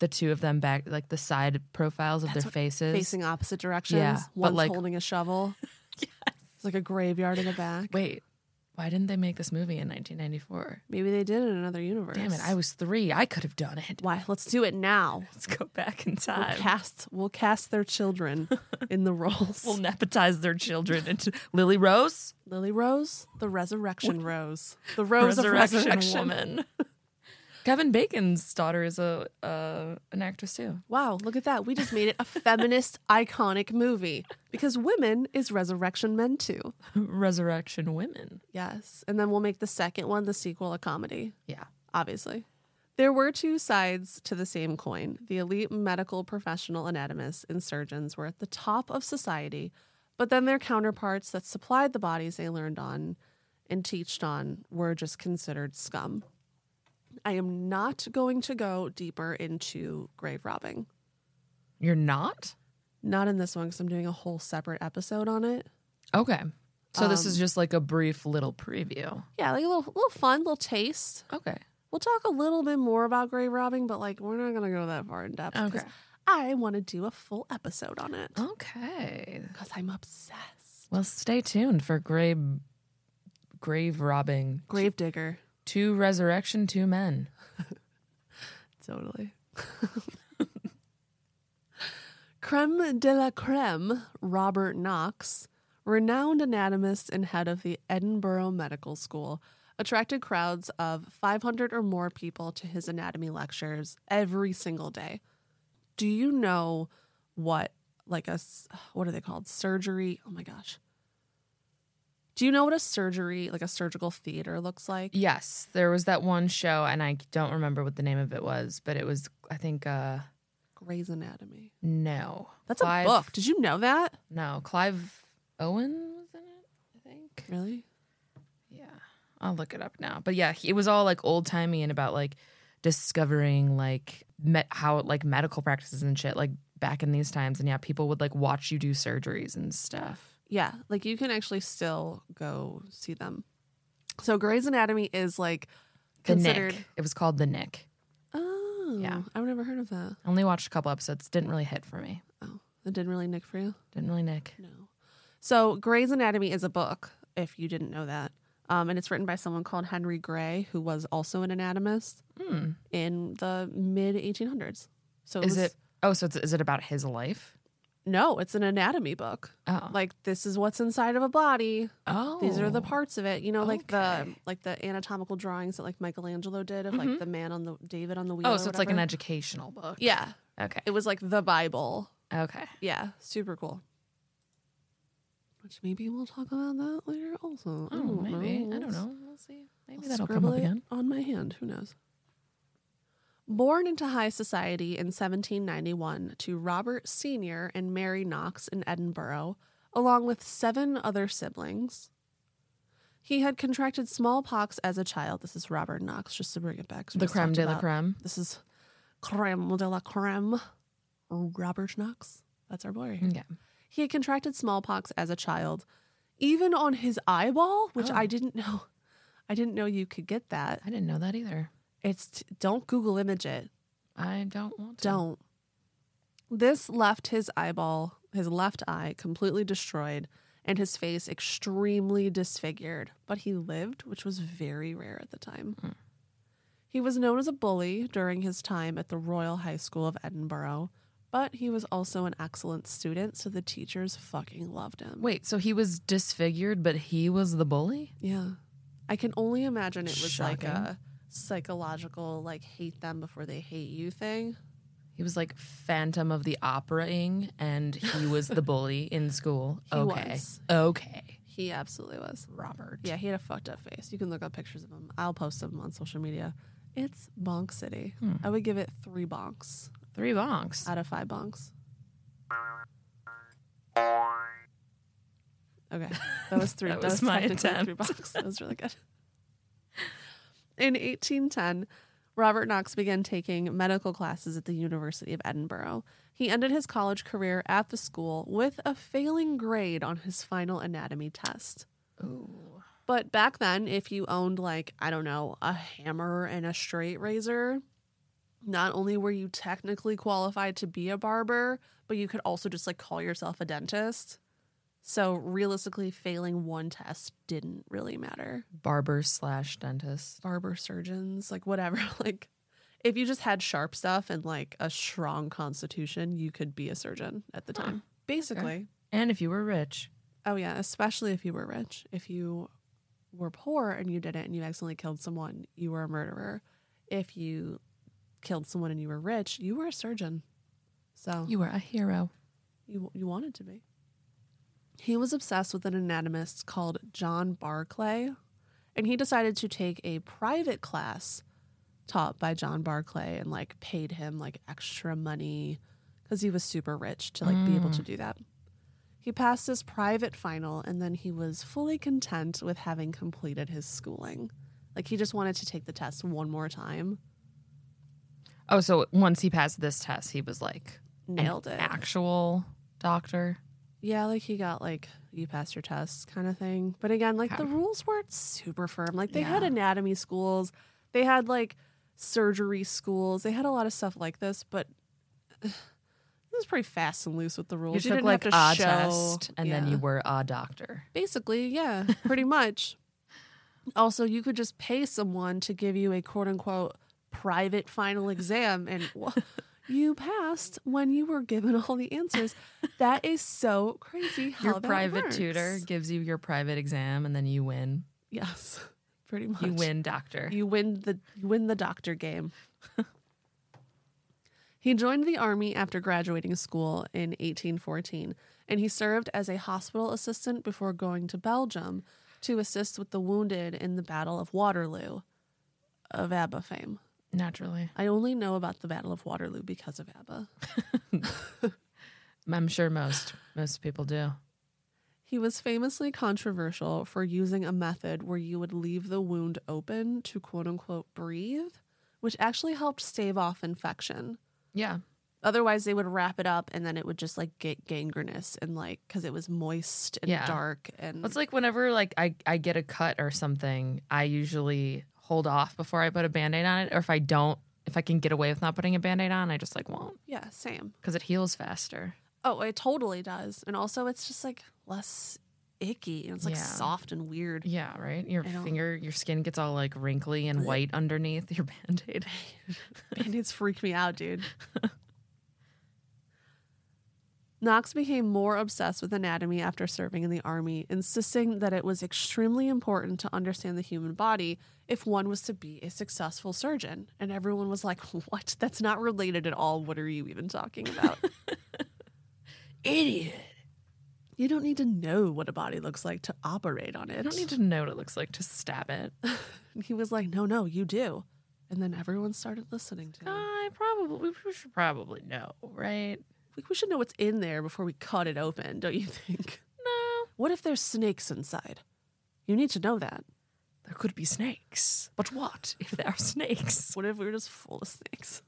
[SPEAKER 1] The two of them back, like the side profiles of their faces.
[SPEAKER 3] facing opposite directions.
[SPEAKER 1] Yeah, but,
[SPEAKER 3] One's
[SPEAKER 1] like-
[SPEAKER 3] holding a shovel. It's like a graveyard in the back.
[SPEAKER 1] Wait, why didn't they make this movie in 1994?
[SPEAKER 3] Maybe they did it in another universe.
[SPEAKER 1] Damn it, I was three. I could have done it.
[SPEAKER 3] Why? Let's do it now.
[SPEAKER 1] Let's go back in
[SPEAKER 3] We'll
[SPEAKER 1] time.
[SPEAKER 3] cast we'll cast their children in the roles.
[SPEAKER 1] We'll nepotize their children into Lily Rose.
[SPEAKER 3] Lily Rose, the resurrection rose. The rose of resurrection.
[SPEAKER 1] woman. Kevin Bacon's daughter is a uh, an actress too.
[SPEAKER 3] Wow, look at that. We just made it a feminist iconic movie because women is resurrection men too.
[SPEAKER 1] Resurrection Women.
[SPEAKER 3] Yes. And then we'll make the second one, the sequel, a comedy,
[SPEAKER 1] Yeah.
[SPEAKER 3] obviously. There were two sides to the same coin. The elite medical professional anatomists and surgeons were at the top of society, but then their counterparts that supplied the bodies they learned on and teached on were just considered scum. I am not going to go deeper into grave robbing.
[SPEAKER 1] You're not?
[SPEAKER 3] Not in this one because I'm doing a whole separate episode on it.
[SPEAKER 1] Okay. So this is just like a brief little preview.
[SPEAKER 3] Yeah, like a little, little fun, little taste.
[SPEAKER 1] Okay.
[SPEAKER 3] We'll talk a little bit more about grave robbing, but like we're not gonna go that far in depth because
[SPEAKER 1] Okay. Oh,
[SPEAKER 3] I want to do a full episode on it
[SPEAKER 1] Okay.
[SPEAKER 3] because I'm obsessed.
[SPEAKER 1] Well, stay tuned for grave grave robbing.
[SPEAKER 3] Gravedigger.
[SPEAKER 1] Two resurrection, two men.
[SPEAKER 3] Totally. creme de la creme, Robert Knox, renowned anatomist and head of the Edinburgh Medical School, attracted crowds of 500 or more people to his anatomy lectures every single day. Do you know what, like a, s- what are they called? Surgery. Oh my gosh. Do you know what a surgery, like a surgical theater, looks like?
[SPEAKER 1] Yes, there was that one show, and I don't remember what the name of it was, but it was, I think, uh,
[SPEAKER 3] Grey's Anatomy.
[SPEAKER 1] no.
[SPEAKER 3] That's a
[SPEAKER 1] Clive-
[SPEAKER 3] book. Did you know that?
[SPEAKER 1] No, Clive Owen was in it, I think.
[SPEAKER 3] Really?
[SPEAKER 1] Yeah, I'll look it up now. But yeah, he- it was all like old timey and about like discovering like met how like medical practices and shit like back in these times. And yeah, people would like watch you do surgeries and stuff.
[SPEAKER 3] Yeah, like you can actually still go see them. So Grey's Anatomy is like
[SPEAKER 1] The
[SPEAKER 3] considered.
[SPEAKER 1] Nick. It was called The Nick.
[SPEAKER 3] Oh,
[SPEAKER 1] Yeah.
[SPEAKER 3] I've never heard of that.
[SPEAKER 1] I only watched a couple episodes. Didn't really hit for me.
[SPEAKER 3] Oh, that didn't really nick for you.
[SPEAKER 1] Didn't really nick.
[SPEAKER 3] No. So Grey's Anatomy is a book. If you didn't know that, um, and it's written by someone called Henry Grey, who was also an anatomist
[SPEAKER 1] Hmm.
[SPEAKER 3] in the mid 1800s. So
[SPEAKER 1] Is
[SPEAKER 3] was-
[SPEAKER 1] it? Oh, so it's, is it about his life?
[SPEAKER 3] No, it's an anatomy book.
[SPEAKER 1] Oh,
[SPEAKER 3] Like this is what's inside of a body.
[SPEAKER 1] oh,
[SPEAKER 3] These are the parts of it, you know, like the um,
[SPEAKER 1] Okay.
[SPEAKER 3] like the anatomical drawings that like Michelangelo did of like the man on the David on the wheel.
[SPEAKER 1] Oh,
[SPEAKER 3] or
[SPEAKER 1] so it's like an
[SPEAKER 3] whatever.
[SPEAKER 1] educational book.
[SPEAKER 3] yeah.
[SPEAKER 1] Okay.
[SPEAKER 3] It was like the Bible.
[SPEAKER 1] Okay.
[SPEAKER 3] Yeah, super cool. Which maybe we'll talk about that later. Also, I
[SPEAKER 1] Oh,
[SPEAKER 3] don't
[SPEAKER 1] maybe.
[SPEAKER 3] know.
[SPEAKER 1] I don't know. We'll see. Maybe
[SPEAKER 3] I'll
[SPEAKER 1] that'll come
[SPEAKER 3] scribble
[SPEAKER 1] up
[SPEAKER 3] it
[SPEAKER 1] again.
[SPEAKER 3] on my hand. Who knows? Born into high society in 1791 to Robert Sr. and Mary Knox in Edinburgh, along with seven other siblings, he had contracted smallpox as a child. This is Robert Knox, just to bring it back. 'cause we
[SPEAKER 1] The
[SPEAKER 3] just
[SPEAKER 1] creme
[SPEAKER 3] talked
[SPEAKER 1] de la
[SPEAKER 3] about-
[SPEAKER 1] creme.
[SPEAKER 3] This is creme de la creme. Robert Knox. That's our boy right here.
[SPEAKER 1] Yeah.
[SPEAKER 3] He had contracted smallpox as a child, even on his eyeball, which I didn't know. I didn't know you could get that.
[SPEAKER 1] I didn't know that either.
[SPEAKER 3] It's t- don't Google image it.
[SPEAKER 1] I don't want to.
[SPEAKER 3] Don't. This left his eyeball, his left eye, completely destroyed and his face extremely disfigured. But he lived, which was very rare at the time. He was known as a bully during his time at the Royal High School of Edinburgh, but he was also an excellent student, so the teachers fucking loved him.
[SPEAKER 1] Wait, so he was disfigured, but he was the bully?
[SPEAKER 3] Yeah. I can only imagine it was like
[SPEAKER 1] Shocking.
[SPEAKER 3] a psychological, like, hate them before they hate you thing.
[SPEAKER 1] He was like Phantom of the Operaing, and he was the bully in school.
[SPEAKER 3] He
[SPEAKER 1] okay.
[SPEAKER 3] was.
[SPEAKER 1] Okay.
[SPEAKER 3] He absolutely was.
[SPEAKER 1] Robert.
[SPEAKER 3] Yeah, he had a fucked up face. You can look up pictures of him. I'll post them on social media. It's Bonk City. I would give it three bonks
[SPEAKER 1] Three bonks.
[SPEAKER 3] out of five bonks. Okay, that was three.
[SPEAKER 1] That was my
[SPEAKER 3] technically Three bonks. That was really good. In 1810, Robert Knox began taking medical classes at the University of Edinburgh. He ended his college career at the school with a failing grade on his final anatomy test.
[SPEAKER 1] Ooh.
[SPEAKER 3] But back then, if you owned like, I don't know, a hammer and a straight razor, not only were you technically qualified to be a barber, but you could also just like call yourself a dentist. So realistically, failing one test didn't really matter.
[SPEAKER 1] Barber slash dentist.
[SPEAKER 3] Barber surgeons, like whatever, like if you just had sharp stuff and like a strong constitution, you could be a surgeon at the
[SPEAKER 1] Huh.
[SPEAKER 3] time. Basically.
[SPEAKER 1] And if you were rich.
[SPEAKER 3] Oh yeah, especially if you were rich. If you were poor and you did it and you accidentally killed someone, you were a murderer. If you killed someone and you were rich, you were a surgeon. So
[SPEAKER 1] You were a hero.
[SPEAKER 3] you you wanted to be. He was obsessed with an anatomist called John Barclay, and he decided to take a private class taught by John Barclay and like paid him like extra money cuz he was super rich to like be able to do that. He passed his private final and then he was fully content with having completed his schooling. Like he just wanted to take the test one more time.
[SPEAKER 1] Oh, so once he passed this test, he was like
[SPEAKER 3] Nailed it.
[SPEAKER 1] actual doctor.
[SPEAKER 3] Yeah, like he got like you passed your tests kind of thing. But again, like the rules weren't super firm. Like they had anatomy schools, they had like surgery schools, they had a lot of stuff like this, but This is pretty fast and loose with the rules.
[SPEAKER 1] You, took
[SPEAKER 3] didn't
[SPEAKER 1] like
[SPEAKER 3] have to
[SPEAKER 1] a
[SPEAKER 3] show-
[SPEAKER 1] test, and then
[SPEAKER 3] Yeah.
[SPEAKER 1] you were a doctor.
[SPEAKER 3] Basically, yeah, pretty much. Also, you could just pay someone to give you a quote unquote private final exam, and wha- you passed when you were given all the answers. That is so crazy. How
[SPEAKER 1] your
[SPEAKER 3] that
[SPEAKER 1] private
[SPEAKER 3] works.
[SPEAKER 1] tutor gives you your private exam, and then you win.
[SPEAKER 3] Yes, pretty much.
[SPEAKER 1] You win, doctor.
[SPEAKER 3] You win the you win the doctor game. he joined the army after graduating school in 1814, and he served as a hospital assistant before going to Belgium to assist with the wounded in the Battle of Waterloo of ABBA fame.
[SPEAKER 1] Naturally,
[SPEAKER 3] I only know about the Battle of Waterloo because of ABBA.
[SPEAKER 1] I'm sure most most people do.
[SPEAKER 3] He was famously controversial for using a method where you would leave the wound open to quote unquote breathe, which actually helped stave off infection.
[SPEAKER 1] Yeah,
[SPEAKER 3] Otherwise, they would wrap it up and then it would just like get gangrenous and like because it was moist and
[SPEAKER 1] Yeah.
[SPEAKER 3] dark and
[SPEAKER 1] It's like whenever like I, I get a cut or something, I usually hold off before I put a band-aid on it. Or if I don't if I can get away with not putting a band-aid on, I just like won't.
[SPEAKER 3] yeah, same.
[SPEAKER 1] Because it heals faster.
[SPEAKER 3] Oh, it totally does. And also, it's just like less icky and it's like
[SPEAKER 1] Yeah.
[SPEAKER 3] soft and weird.
[SPEAKER 1] Yeah, right? Your
[SPEAKER 3] I don't-
[SPEAKER 1] finger your skin gets all like wrinkly and white underneath your band-aid.
[SPEAKER 3] Band aids freak me out, dude. Knox became more obsessed with anatomy after serving in the army, insisting that it was extremely important to understand the human body if one was to be a successful surgeon. And everyone was like, What? That's not related at all. What are you even talking about?
[SPEAKER 1] Idiot.
[SPEAKER 3] you don't need to know what a body looks like to operate on it.
[SPEAKER 1] I don't need to know what it looks like to stab it.
[SPEAKER 3] And he was like, No, no, you do. And then everyone started listening to him.
[SPEAKER 1] I probably we should probably know, right?
[SPEAKER 3] Like, we should know what's in there before we cut it open, don't you think?
[SPEAKER 1] No.
[SPEAKER 3] What if there's snakes inside? You need to know that.
[SPEAKER 1] There could be snakes. But what if there are snakes?
[SPEAKER 3] What if we were just full of snakes?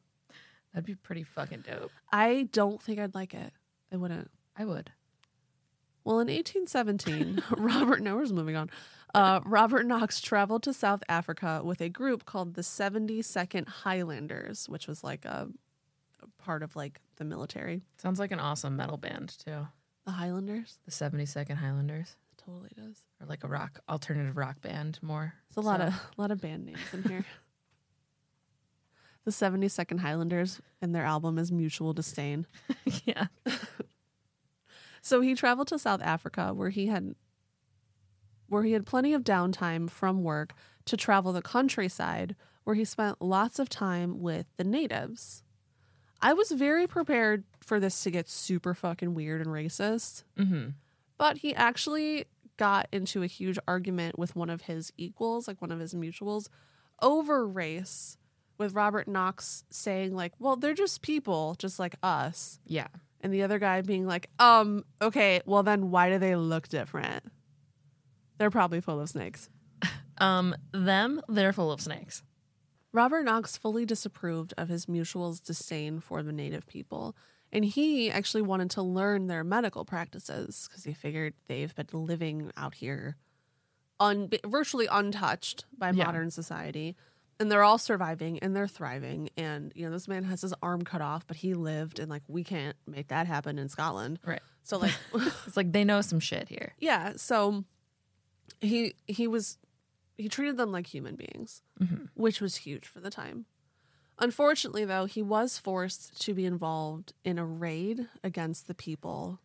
[SPEAKER 1] That'd be pretty fucking dope.
[SPEAKER 3] I don't think I'd like it. I wouldn't.
[SPEAKER 1] I would.
[SPEAKER 3] Well, in 1817, Robert, now we're just moving on. Uh, Robert Knox traveled to South Africa with a group called the 72nd Highlanders, which was like a, a part of like the military.
[SPEAKER 1] Sounds like an awesome metal band too.
[SPEAKER 3] The Highlanders?
[SPEAKER 1] The 72nd Highlanders
[SPEAKER 3] It totally does.
[SPEAKER 1] or like a rock alternative rock band more.
[SPEAKER 3] It's a lot
[SPEAKER 1] So-
[SPEAKER 3] of a lot of band names in here. the 72nd Highlanders and their album is Mutual Disdain.
[SPEAKER 1] yeah.
[SPEAKER 3] So he traveled to South Africa where he had where he had plenty of downtime from work to travel the countryside where he spent lots of time with the natives. I was very prepared for this to get super fucking weird and racist,
[SPEAKER 1] Mhm.
[SPEAKER 3] but he actually got into a huge argument with one of his equals, like one of his mutuals, over race with Robert Knox saying like, "Well, they're just people, just like us."
[SPEAKER 1] Yeah.
[SPEAKER 3] and the other guy being like, um, okay, well then why do they look different? They're probably full of snakes.
[SPEAKER 1] Um them they're full of snakes.
[SPEAKER 3] Robert Knox fully disapproved of his mutual's disdain for the native people, and he actually wanted to learn their medical practices because he figured they've been living out here un- virtually untouched by
[SPEAKER 1] Yeah.
[SPEAKER 3] modern society. And they're all surviving and they're thriving. And, you know, this man has his arm cut off, but he lived, and like, we can't make that happen in Scotland.
[SPEAKER 1] Right.
[SPEAKER 3] So, like,
[SPEAKER 1] It's like they know some shit here.
[SPEAKER 3] yeah so he he was he treated them like human beings which was huge for the time unfortunately though he was forced to be involved in a raid against the people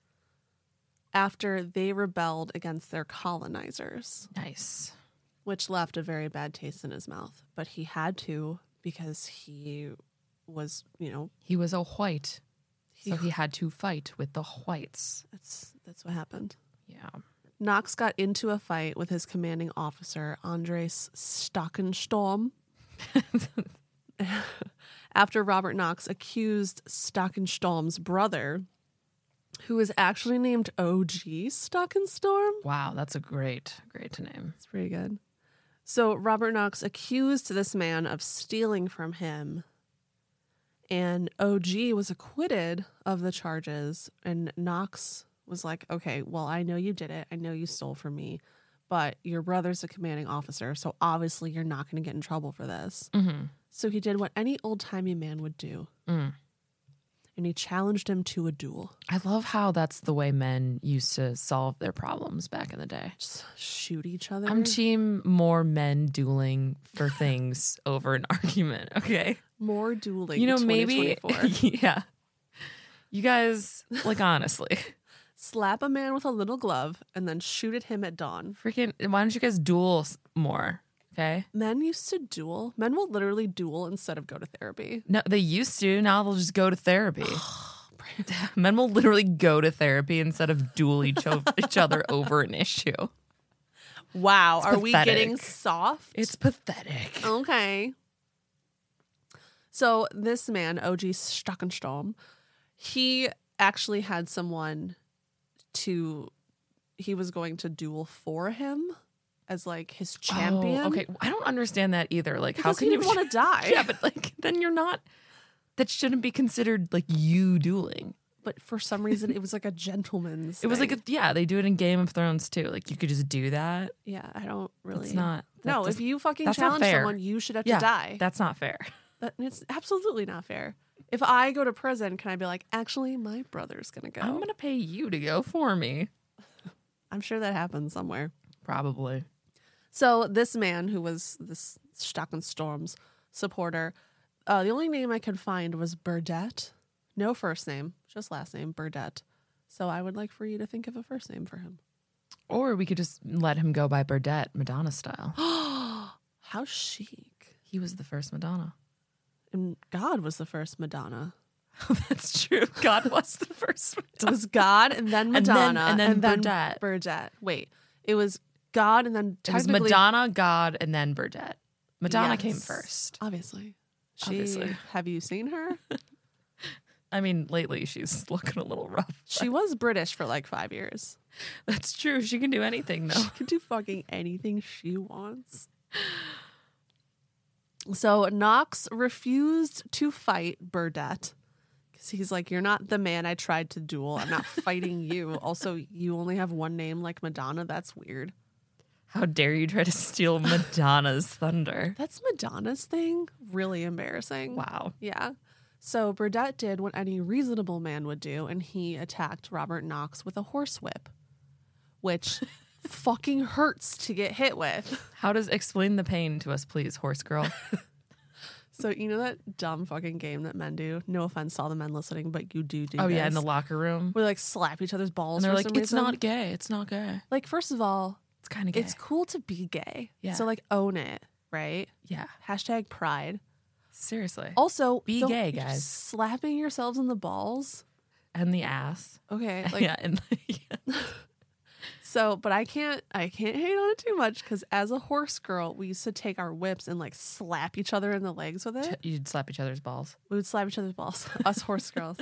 [SPEAKER 3] after they rebelled against their colonizers
[SPEAKER 1] Nice.
[SPEAKER 3] which left a very bad taste in his mouth but he had to because he was you know
[SPEAKER 1] He was a white.
[SPEAKER 3] he,
[SPEAKER 1] So he had to fight with the whites.
[SPEAKER 3] that's that's what happened
[SPEAKER 1] Yeah.
[SPEAKER 3] Knox got into a fight with his commanding officer, Andres Stockenstorm, after Robert Knox accused Stockenstorm's brother, who is actually named OG Stockenstorm.
[SPEAKER 1] Wow, that's a great great name.
[SPEAKER 3] It's pretty good. So Robert Knox accused this man of stealing from him, and OG was acquitted of the charges. And Knox was like, "Okay, well, I know you did it. I know you stole from me, but your brother's a commanding officer, so obviously you're not going to get in trouble for this."
[SPEAKER 1] Mhm.
[SPEAKER 3] So he did what any old timey man would do.
[SPEAKER 1] Mm.
[SPEAKER 3] and he challenged him to a duel.
[SPEAKER 1] I love how that's the way men used to solve their problems back in the day.
[SPEAKER 3] Just shoot each other.
[SPEAKER 1] I'm team more men dueling for things over an argument, okay?
[SPEAKER 3] More dueling.
[SPEAKER 1] you know, maybe
[SPEAKER 3] 2024.
[SPEAKER 1] yeah. You guys, like honestly,
[SPEAKER 3] slap a man with a little glove and then shoot at him at dawn.
[SPEAKER 1] freaking why don't you guys duel s- more? Okay?
[SPEAKER 3] Men used to duel. Men will literally duel instead of go to therapy.
[SPEAKER 1] No, they used to. Now they'll just go to therapy. Men will literally go to therapy instead of duel each, o- each other over an issue.
[SPEAKER 3] Wow, are we
[SPEAKER 1] pathetic.
[SPEAKER 3] getting soft?
[SPEAKER 1] It's pathetic.
[SPEAKER 3] okay. So this man, OG Stockenstrom, he actually had someone to he was going to duel for him as like his champion.
[SPEAKER 1] Oh, okay, I don't understand that either. Like, how
[SPEAKER 3] Because
[SPEAKER 1] can
[SPEAKER 3] he
[SPEAKER 1] you
[SPEAKER 3] didn't want to die.
[SPEAKER 1] Yeah, but like then you're not. That shouldn't be considered like you dueling.
[SPEAKER 3] But for some reason it was like a gentleman's
[SPEAKER 1] It was like a,
[SPEAKER 3] thing.
[SPEAKER 1] yeah, they do it in Game of Thrones too. Like you could just do that.
[SPEAKER 3] Yeah, I don't really
[SPEAKER 1] It's not. that
[SPEAKER 3] No,
[SPEAKER 1] does-
[SPEAKER 3] if you fucking
[SPEAKER 1] that's not
[SPEAKER 3] challenge
[SPEAKER 1] fair.
[SPEAKER 3] someone, you should have
[SPEAKER 1] yeah,
[SPEAKER 3] to die.
[SPEAKER 1] That's not fair.
[SPEAKER 3] That, it's absolutely not fair. If I go to prison, can I be like, actually, my brother's gonna go?
[SPEAKER 1] I'm gonna pay you to go for me.
[SPEAKER 3] I'm sure that happens somewhere.
[SPEAKER 1] Probably.
[SPEAKER 3] So this man who was this Stockenstorm's supporter, uh, the only name I could find was Burdett. No first name, just last name Burdett. So I would like for you to think of a first name for him.
[SPEAKER 1] Or we could just let him go by Burdette, Madonna style.
[SPEAKER 3] How chic!
[SPEAKER 1] He was the first Madonna.
[SPEAKER 3] And God was the first Madonna.
[SPEAKER 1] That's true. God was the first
[SPEAKER 3] It was God and then
[SPEAKER 1] And then-
[SPEAKER 3] Madonna
[SPEAKER 1] and then Burdett.
[SPEAKER 3] Burdett. Wait, it was God and then
[SPEAKER 1] It was
[SPEAKER 3] technically
[SPEAKER 1] Madonna, God, and then Burdette. Madonna came
[SPEAKER 3] Yes.
[SPEAKER 1] first.
[SPEAKER 3] Obviously. She,
[SPEAKER 1] Obviously.
[SPEAKER 3] Have you seen her?
[SPEAKER 1] I mean, lately she's looking a little rough.
[SPEAKER 3] she was British for like five years.
[SPEAKER 1] That's true. She can do anything though.
[SPEAKER 3] She can do fucking anything she wants. So Knox refused to fight Burdett because he's like, You're not the man I tried to duel. I'm not fighting you. Also, you only have one name like Madonna. That's weird.
[SPEAKER 1] How dare you try to steal Madonna's thunder?
[SPEAKER 3] That's Madonna's thing. Really embarrassing.
[SPEAKER 1] Wow.
[SPEAKER 3] Yeah. So Burdett did what any reasonable man would do, and he attacked Robert Knox with a horsewhip, which fucking hurts to get hit with.
[SPEAKER 1] How does explain the pain to us, please, horse girl?
[SPEAKER 3] So you know that dumb fucking game that men do. No offense to all the men listening, but you do do.
[SPEAKER 1] oh yeah, in the
[SPEAKER 3] this.
[SPEAKER 1] locker room.
[SPEAKER 3] we like slap each other's balls.
[SPEAKER 1] And they're
[SPEAKER 3] for
[SPEAKER 1] like,
[SPEAKER 3] some
[SPEAKER 1] it's
[SPEAKER 3] reason.
[SPEAKER 1] not gay. It's not gay.
[SPEAKER 3] like first of all,
[SPEAKER 1] It's kind of gay.
[SPEAKER 3] it's cool to be gay.
[SPEAKER 1] Yeah.
[SPEAKER 3] So like own it, right?
[SPEAKER 1] yeah.
[SPEAKER 3] Hashtag pride.
[SPEAKER 1] Seriously.
[SPEAKER 3] Also,
[SPEAKER 1] Be
[SPEAKER 3] the-
[SPEAKER 1] gay, guys.
[SPEAKER 3] Slapping yourselves in the balls.
[SPEAKER 1] and the ass.
[SPEAKER 3] Okay, like
[SPEAKER 1] yeah. And yeah.
[SPEAKER 3] So, but I can't I can't hate on it too much because as a horse girl, we used to take our whips and like slap each other in the legs with it.
[SPEAKER 1] you'd slap each other's balls.
[SPEAKER 3] We would slap each other's balls, us horse girls.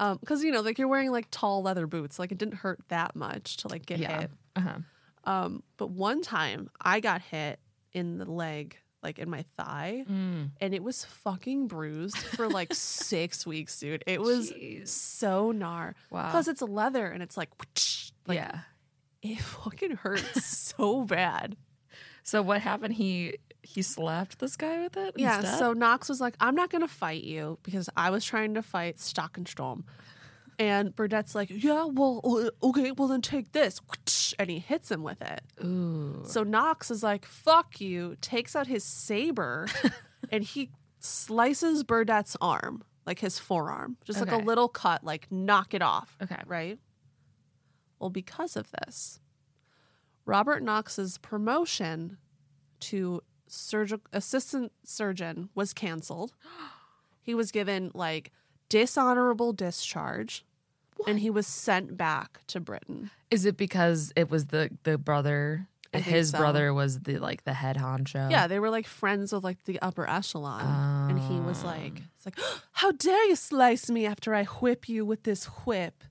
[SPEAKER 3] Um, because you know, like you're wearing like tall leather boots, like it didn't hurt that much to like get hit.
[SPEAKER 1] Uh-huh.
[SPEAKER 3] Um, but one time I got hit in the leg, like in my thigh,
[SPEAKER 1] Mm.
[SPEAKER 3] and it was fucking bruised for like six weeks, dude. It was
[SPEAKER 1] Jeez.
[SPEAKER 3] so gnar.
[SPEAKER 1] Wow.
[SPEAKER 3] Because it's leather and it's like, like
[SPEAKER 1] yeah.
[SPEAKER 3] it fucking hurts so bad.
[SPEAKER 1] So what happened? He he slapped this guy with it.
[SPEAKER 3] Yeah,
[SPEAKER 1] instead?
[SPEAKER 3] so Knox was like, I'm not going to fight you because I was trying to fight Stockenstorm. And Burdett's like, Yeah, well, o- okay, well, then take this. And he hits him with it.
[SPEAKER 1] Ooh.
[SPEAKER 3] So Knox is like, Fuck you, takes out his saber and he slices Burdett's arm, like his forearm, just like
[SPEAKER 1] Okay.
[SPEAKER 3] a little cut, like knock it off.
[SPEAKER 1] Okay.
[SPEAKER 3] Right? Well, because of this, Robert Knox's promotion to surgical assistant surgeon was canceled. He was given like dishonorable discharge and he was sent back to Britain.
[SPEAKER 1] Is it because it was the the brother?
[SPEAKER 3] I think
[SPEAKER 1] His
[SPEAKER 3] so.
[SPEAKER 1] brother was the like the head honcho.
[SPEAKER 3] Yeah, they were like friends with like the upper echelon. and he was like, it's like, how dare you slice me after I whip you with this whip?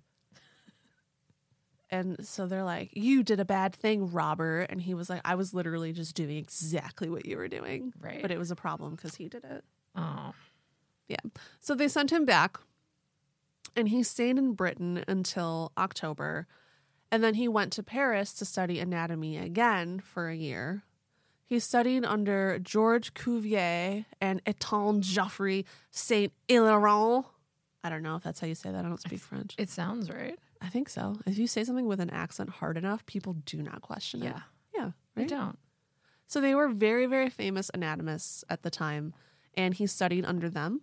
[SPEAKER 3] And so they're like, you did a bad thing, Robert. And he was like, I was literally just doing exactly what you were doing.
[SPEAKER 1] Right.
[SPEAKER 3] But it was a problem because he did it.
[SPEAKER 1] Oh.
[SPEAKER 3] So they sent him back, and he stayed in Britain until October. And then he went to Paris to study anatomy again for a year. He studied under Georges Cuvier and Eton Geoffroy Saint Hilaire. I don't know if that's how you say that. I don't speak French.
[SPEAKER 1] It sounds right.
[SPEAKER 3] I think so. If you say something with an accent hard enough, people do not question it.
[SPEAKER 1] Yeah.
[SPEAKER 3] Yeah.
[SPEAKER 1] I
[SPEAKER 3] Right?
[SPEAKER 1] don't.
[SPEAKER 3] So they were very, very famous anatomists at the time, and he studied under them.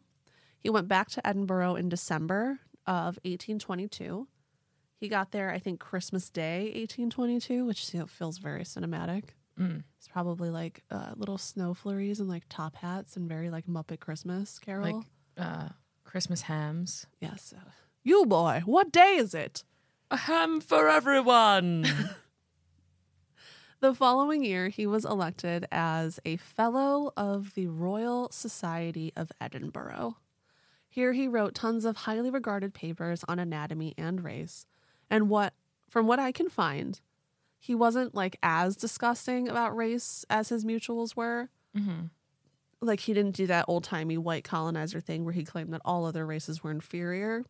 [SPEAKER 3] He went back to Edinburgh in December of 1822. He got there, I think, Christmas Day 1822, which you know, feels very cinematic.
[SPEAKER 1] Mm.
[SPEAKER 3] It's probably like uh, little snow flurries and like top hats and very like Muppet Christmas Carol.
[SPEAKER 1] Like uh, Christmas hams.
[SPEAKER 3] yes. You boy, what day is it?
[SPEAKER 5] A ham for everyone.
[SPEAKER 3] The following year, he was elected as a Fellow of the Royal Society of Edinburgh. Here he wrote tons of highly regarded papers on anatomy and race. And what from what I can find, he wasn't like as disgusting about race as his mutuals were.
[SPEAKER 1] Mm-hmm.
[SPEAKER 3] Like he didn't do that old-timey white colonizer thing where he claimed that all other races were inferior,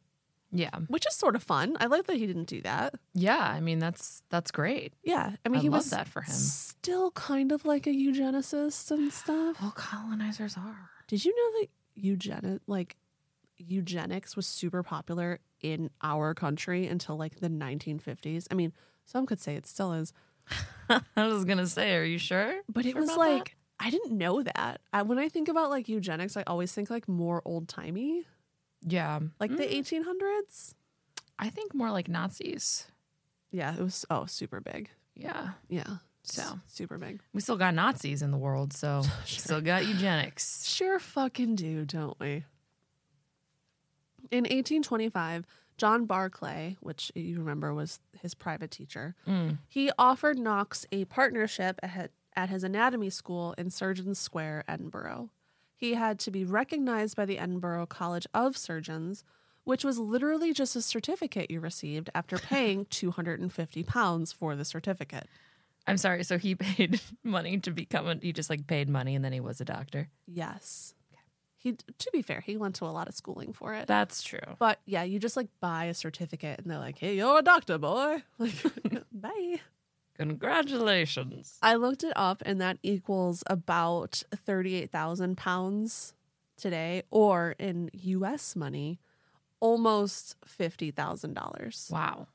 [SPEAKER 1] Yeah.
[SPEAKER 3] which is sort of fun. I like that he didn't do that.
[SPEAKER 1] Yeah. I mean, that's that's great.
[SPEAKER 3] Yeah, I
[SPEAKER 1] I,
[SPEAKER 3] mean he
[SPEAKER 1] love
[SPEAKER 3] was
[SPEAKER 1] that for him.
[SPEAKER 3] still kind of like a eugenicist and stuff.
[SPEAKER 1] All colonizers are.
[SPEAKER 3] Did you know that eugenic like eugenics was super popular in our country until like the 1950s? I mean, some could say it still is,
[SPEAKER 5] I was gonna say, are you sure?
[SPEAKER 3] but it
[SPEAKER 5] Sure
[SPEAKER 3] was
[SPEAKER 5] about that?
[SPEAKER 3] like I didn't know that. I, when I think about like eugenics, I always think like more old timey,
[SPEAKER 1] Yeah.
[SPEAKER 3] like the
[SPEAKER 1] Mm.
[SPEAKER 3] 1800s.
[SPEAKER 1] I think more like Nazis.
[SPEAKER 3] Yeah, it was oh super big.
[SPEAKER 1] Yeah.
[SPEAKER 3] Yeah,
[SPEAKER 1] So.
[SPEAKER 3] S- super big.
[SPEAKER 1] We still got Nazis in the world, so still got eugenics.
[SPEAKER 3] Sure fucking do, don't we? In 1825, John Barclay, which you remember was his private teacher,
[SPEAKER 1] Mm.
[SPEAKER 3] he offered Knox a partnership at, at his anatomy school in Surgeons Square, Edinburgh. He had to be recognized by the Edinburgh College of Surgeons, which was literally just a certificate you received after paying 250 pounds for the certificate.
[SPEAKER 1] I'm sorry. So he paid money to become a, he just like paid money and then he was a doctor.
[SPEAKER 3] Yes. He to be fair, he went to a lot of schooling for it.
[SPEAKER 1] That's true.
[SPEAKER 3] But yeah, you just like buy a certificate and they're like, hey, you're a doctor, boy. Like, bye.
[SPEAKER 5] Congratulations.
[SPEAKER 3] I looked it up and that equals about 38,000 pounds today, or in US money, almost $50,000.
[SPEAKER 1] Wow.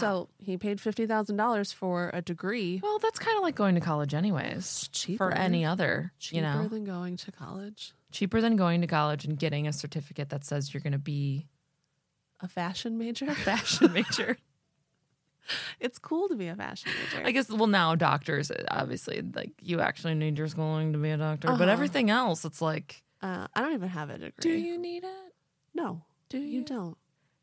[SPEAKER 3] So he paid $50,000 for a degree.
[SPEAKER 1] well, that's kind of like going to college anyways.
[SPEAKER 3] cheaper.
[SPEAKER 1] For any other,
[SPEAKER 3] Cheaper
[SPEAKER 1] you know,
[SPEAKER 3] than going to college.
[SPEAKER 1] cheaper than going to college and getting a certificate that says you're going to be
[SPEAKER 3] A fashion major?
[SPEAKER 1] fashion major.
[SPEAKER 3] it's cool to be a fashion major.
[SPEAKER 1] I guess well now doctors obviously like you actually need your schooling to be a doctor, but
[SPEAKER 3] Uh-huh.
[SPEAKER 1] everything else it's like
[SPEAKER 3] uh, I don't even have a degree.
[SPEAKER 1] do you need it?
[SPEAKER 3] No,
[SPEAKER 1] Do
[SPEAKER 3] you don't.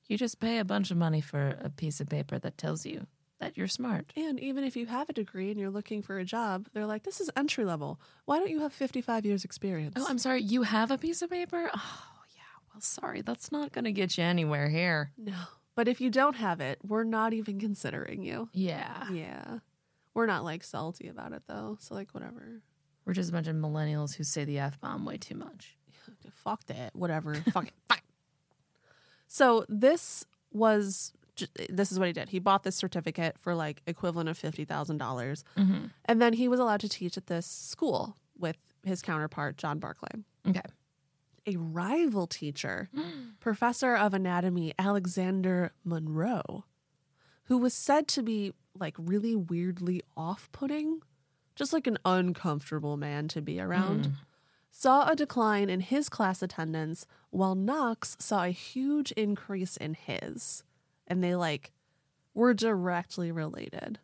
[SPEAKER 1] You just pay a bunch of money for a piece of paper that tells you that you're smart.
[SPEAKER 3] And even if you have a degree and you're looking for a job, they're like, this is entry level. Why don't you have 55 years experience?
[SPEAKER 1] Oh, I'm sorry, you have a piece of paper? Oh, yeah. Well, sorry, that's not going to get you anywhere here.
[SPEAKER 3] no. But if you don't have it, we're not even considering you.
[SPEAKER 1] Yeah.
[SPEAKER 3] Yeah. We're not like salty about it though. So, like, whatever.
[SPEAKER 1] We're just a bunch of millennials who say the F bomb way too much.
[SPEAKER 3] Fuck that. Whatever. Fuck it. Fuck. So, this was. j- This is what he did. He bought this certificate for like equivalent of fifty thousand dollars,
[SPEAKER 1] Mhm.
[SPEAKER 3] and then he was allowed to teach at this school with his counterpart John Barclay.
[SPEAKER 1] Okay.
[SPEAKER 3] a rival teacher, professor of anatomy Alexander Monroe, who was said to be like really weirdly off putting, just like an uncomfortable man to be around, saw a decline in his class attendance, while Knox saw a huge increase in his. And they like were directly related.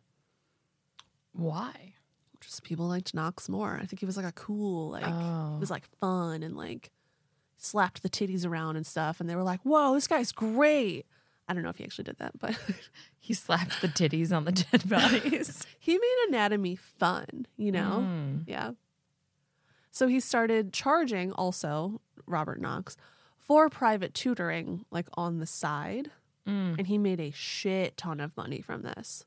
[SPEAKER 1] Why?
[SPEAKER 3] Just people liked Knox more. I think he was like a cool, like
[SPEAKER 1] oh.
[SPEAKER 3] it was like fun and like slapped the titties around and stuff and they were like whoa this guy's great i don't know if he actually did that but
[SPEAKER 1] he slapped the titties on the dead bodies.
[SPEAKER 3] he made anatomy fun you know
[SPEAKER 1] Mm.
[SPEAKER 3] yeah so he started charging also robert knox for private tutoring like on the side
[SPEAKER 1] Mm.
[SPEAKER 3] and he made a shit ton of money from this.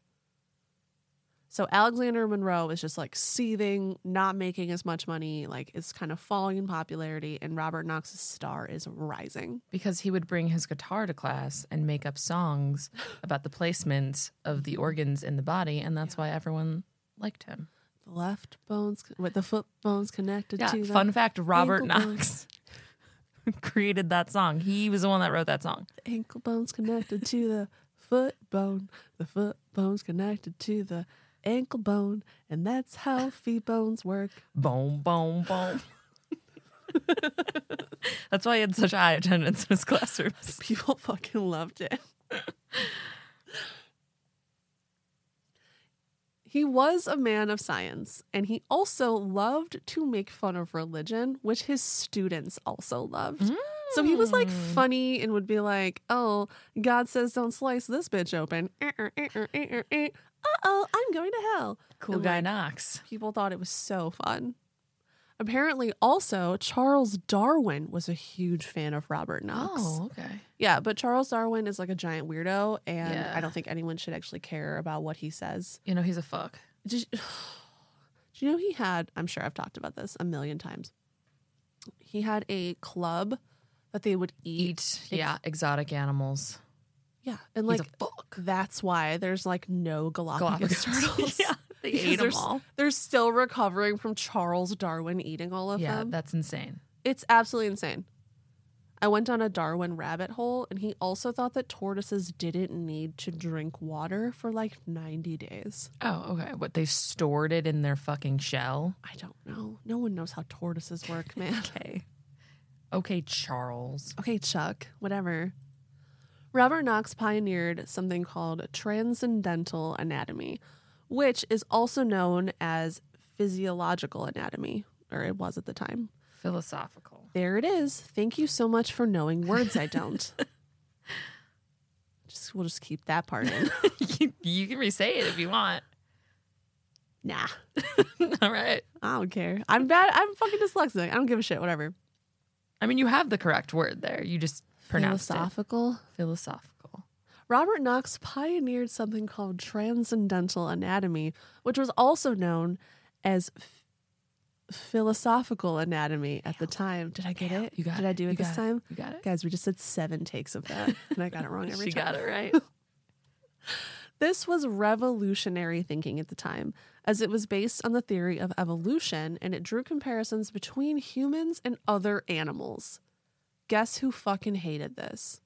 [SPEAKER 3] So Alexander Monroe is just like seething, not making as much money, like is kind of falling in popularity, and Robert Knox's star is rising.
[SPEAKER 1] Because he would bring his guitar to class and make up songs about the placement of the organs in the body, and that's why everyone liked him.
[SPEAKER 3] The left bones with the foot bones connected
[SPEAKER 1] Yeah.
[SPEAKER 3] to the
[SPEAKER 1] Fun fact Robert
[SPEAKER 3] ankle
[SPEAKER 1] Knox created that song. He was the one that wrote that song.
[SPEAKER 3] ankle bone's connected to the foot bone. The foot bone's connected to the ankle bone, and that's how feet bones work.
[SPEAKER 1] Boom, boom, boom. That's why he had such high attendance in his classrooms.
[SPEAKER 3] People fucking loved it. he was a man of science, and he also loved to make fun of religion, which his students also loved. So he was like
[SPEAKER 1] Mm.
[SPEAKER 3] funny and would be like, "Oh, God says don't slice this bitch open." Uh oh, I'm going to hell.
[SPEAKER 1] Cool
[SPEAKER 3] And,
[SPEAKER 1] guy
[SPEAKER 3] like,
[SPEAKER 1] Knox.
[SPEAKER 3] People thought it was so fun. Apparently, also, Charles Darwin was a huge fan of Robert Knox.
[SPEAKER 2] Oh, okay.
[SPEAKER 3] Yeah, but Charles Darwin is like a giant weirdo, and
[SPEAKER 2] Yeah.
[SPEAKER 3] I don't think anyone should actually care about what he says.
[SPEAKER 2] You know, he's a fuck.
[SPEAKER 3] Did you, do you know he had, I'm sure I've talked about this a million times, he had a club that they would eat.
[SPEAKER 2] Eat, yeah, exotic animals.
[SPEAKER 3] Yeah, and
[SPEAKER 2] He's
[SPEAKER 3] like
[SPEAKER 2] a fuck.
[SPEAKER 3] that's why there's like no
[SPEAKER 2] Galapagos
[SPEAKER 3] Galapagos, turtles.
[SPEAKER 2] yeah, they
[SPEAKER 3] Because
[SPEAKER 2] ate them
[SPEAKER 3] there's-
[SPEAKER 2] all.
[SPEAKER 3] They're still recovering from Charles Darwin eating all of
[SPEAKER 2] Yeah,
[SPEAKER 3] them.
[SPEAKER 2] that's insane.
[SPEAKER 3] It's absolutely insane. I went down a Darwin rabbit hole, and he also thought that tortoises didn't need to drink water for like 90 days.
[SPEAKER 2] Oh, okay. What they stored it in their fucking shell?
[SPEAKER 3] I don't know. No one knows how tortoises work, man.
[SPEAKER 2] Okay. Okay, Charles.
[SPEAKER 3] okay, Chuck, whatever. Robert Knox pioneered something called transcendental anatomy, which is also known as physiological anatomy, or it was at the time.
[SPEAKER 2] Philosophical.
[SPEAKER 3] There it is. Thank you so much for knowing words I don't. just we'll just keep that part in.
[SPEAKER 2] you, you can re-say it if you want.
[SPEAKER 3] nah.
[SPEAKER 2] all right.
[SPEAKER 3] I don't care. I'm bad. I'm fucking dyslexic. I don't give a shit. Whatever.
[SPEAKER 2] I mean, you have the correct word there. You just pronounced it
[SPEAKER 3] Philosophical.
[SPEAKER 2] philosophical.
[SPEAKER 3] Robert Knox pioneered something called transcendental anatomy, which was also known as f- philosophical anatomy at the time. Did I get it?
[SPEAKER 2] You got
[SPEAKER 3] Did I do it,
[SPEAKER 2] You
[SPEAKER 3] this
[SPEAKER 2] got
[SPEAKER 3] time?
[SPEAKER 2] You got it.
[SPEAKER 3] Guys, we just did seven takes of that, and I got it wrong every
[SPEAKER 2] She
[SPEAKER 3] time.
[SPEAKER 2] got it right.
[SPEAKER 3] This was revolutionary thinking at the time, as it was based on the theory of evolution and it drew comparisons between humans and other animals. Guess who fucking hated this?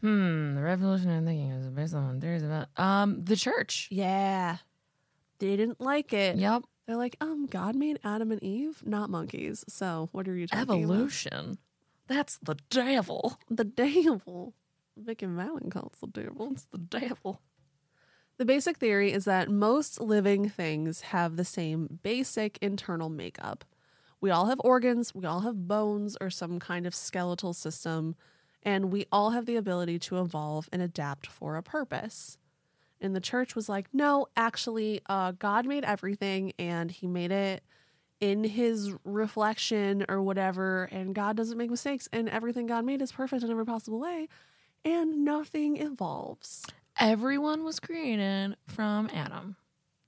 [SPEAKER 2] hmm. The revolutionary thinking is based on theories about um the church.
[SPEAKER 3] Yeah. They didn't like it.
[SPEAKER 2] Yep.
[SPEAKER 3] They're like, um, God made Adam and Eve, not monkeys. So what are you talking about?
[SPEAKER 2] Evolution. That's the devil.
[SPEAKER 3] The devil. Vic and Valen calls the devil.
[SPEAKER 2] It's the devil.
[SPEAKER 3] The basic theory is that most living things have the same basic internal makeup. We all have organs, we all have bones or some kind of skeletal system, and we all have the ability to evolve and adapt for a purpose. And the church was like, no, actually, uh, God made everything and he made it in his reflection or whatever, and God doesn't make mistakes, and everything God made is perfect in every possible way, and nothing evolves.
[SPEAKER 2] Everyone was created from Adam,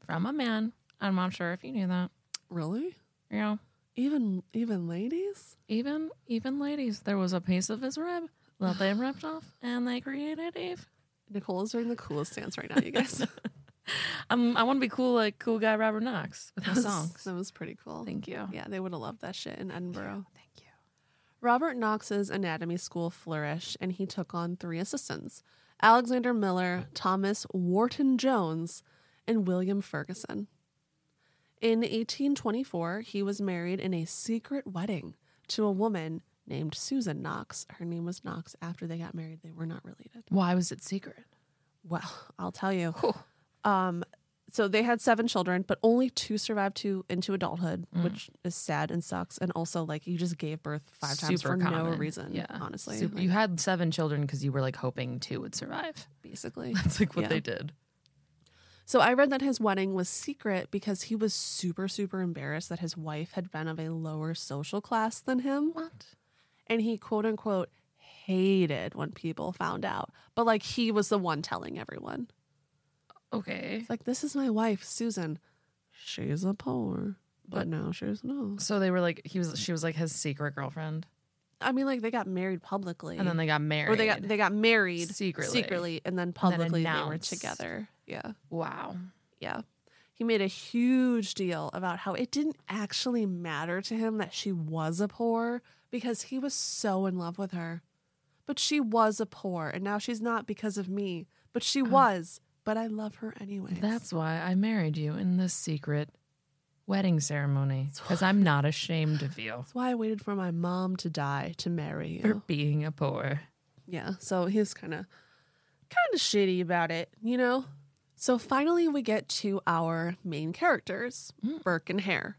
[SPEAKER 2] from a man. I'm not sure if you knew that.
[SPEAKER 3] Really?
[SPEAKER 2] You know,
[SPEAKER 3] Even even ladies?
[SPEAKER 2] even even ladies, there was a piece of his rib that they ripped off, and they created Eve.
[SPEAKER 3] Nicole is doing the coolest dance right now, you guys.
[SPEAKER 2] I'm, Um, I want to be cool like cool guy Robert Knox with my songs.
[SPEAKER 3] That was pretty cool.
[SPEAKER 2] Thank you.
[SPEAKER 3] Yeah, they would have loved that shit in Edinburgh.
[SPEAKER 2] Thank you.
[SPEAKER 3] Robert Knox's anatomy school flourished and he took on three assistants Alexander Miller, Thomas Wharton Jones, and William Ferguson. In 1824, he was married in a secret wedding to a woman named Susan Knox. Her name was Knox after they got married. They were not related.
[SPEAKER 2] Why was it secret?
[SPEAKER 3] Well, I'll tell you.
[SPEAKER 2] Whew.
[SPEAKER 3] Um, so they had seven children, but only two survived to into adulthood,
[SPEAKER 2] Mm.
[SPEAKER 3] which is sad and sucks. And also, like, you just gave birth five times for no
[SPEAKER 2] common.
[SPEAKER 3] reason.
[SPEAKER 2] Yeah,
[SPEAKER 3] honestly,
[SPEAKER 2] Super-
[SPEAKER 3] Like,
[SPEAKER 2] you had seven children because you were like hoping two would survive.
[SPEAKER 3] basically.
[SPEAKER 2] That's like what
[SPEAKER 3] Yeah.
[SPEAKER 2] they did.
[SPEAKER 3] So I read that his wedding was secret because he was super, super embarrassed that his wife had been of a lower social class than him,
[SPEAKER 2] What?
[SPEAKER 3] and he quote unquote hated when people found out. But like, he was the one telling everyone.
[SPEAKER 2] Okay.
[SPEAKER 3] It's like, this is my wife, Susan. She's a poor, but
[SPEAKER 2] But-
[SPEAKER 3] now she's no.
[SPEAKER 2] So they were like he was she was like his secret girlfriend,
[SPEAKER 3] I mean, like they got married publicly,
[SPEAKER 2] and then they got married.
[SPEAKER 3] or they got they got married
[SPEAKER 2] Secretly.
[SPEAKER 3] secretly, and then publicly they were
[SPEAKER 2] announced.
[SPEAKER 3] together. Yeah,
[SPEAKER 2] wow.
[SPEAKER 3] yeah. He made a huge deal about how it didn't actually matter to him that she was a poor because he was so in love with her. But she was a poor, and now she's not because of me. But she was. But I love her anyway.
[SPEAKER 2] That's why I married you in this secret wedding ceremony because I'm not ashamed of you
[SPEAKER 3] why I waited for my mom to die to marry you.
[SPEAKER 2] for being a poor.
[SPEAKER 3] Yeah, so he was kind of kind of shitty about it, you know. So finally we get to our main characters,
[SPEAKER 2] Mm.
[SPEAKER 3] Burke and Hare,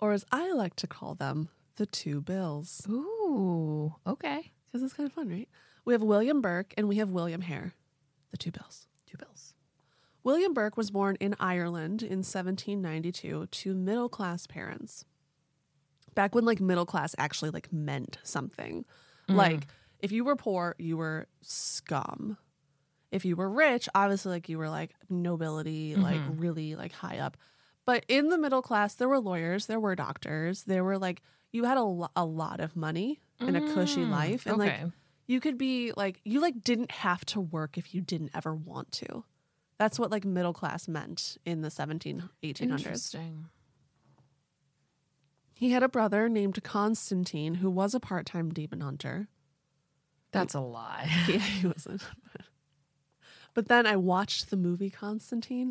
[SPEAKER 3] or as I like to call them, the two Bills,
[SPEAKER 2] Ooh, okay.
[SPEAKER 3] because it's kind of fun, right? We have William Burke and we have William Hare, the two Bills.
[SPEAKER 2] Two bills.
[SPEAKER 3] William Burke was born in Ireland in 1792 to middle class parents. Back when like middle class actually like meant something.
[SPEAKER 2] Mm.
[SPEAKER 3] Like if you were poor, you were scum. If you were rich, obviously like you were like nobility, like
[SPEAKER 2] Mm-hmm.
[SPEAKER 3] really like high up. But in the middle class, there were lawyers, there were doctors, there were like you had a, lo- a lot of money and a cushy
[SPEAKER 2] Mm,
[SPEAKER 3] life and like
[SPEAKER 2] okay.
[SPEAKER 3] you could be like you like didn't have to work if you didn't ever want to that's what like middle class meant in the 17 1800s
[SPEAKER 2] Interesting.
[SPEAKER 3] he had a brother named constantine who was a part-time demon hunter
[SPEAKER 2] That's a lie.
[SPEAKER 3] yeah he wasn't but then i watched the movie constantine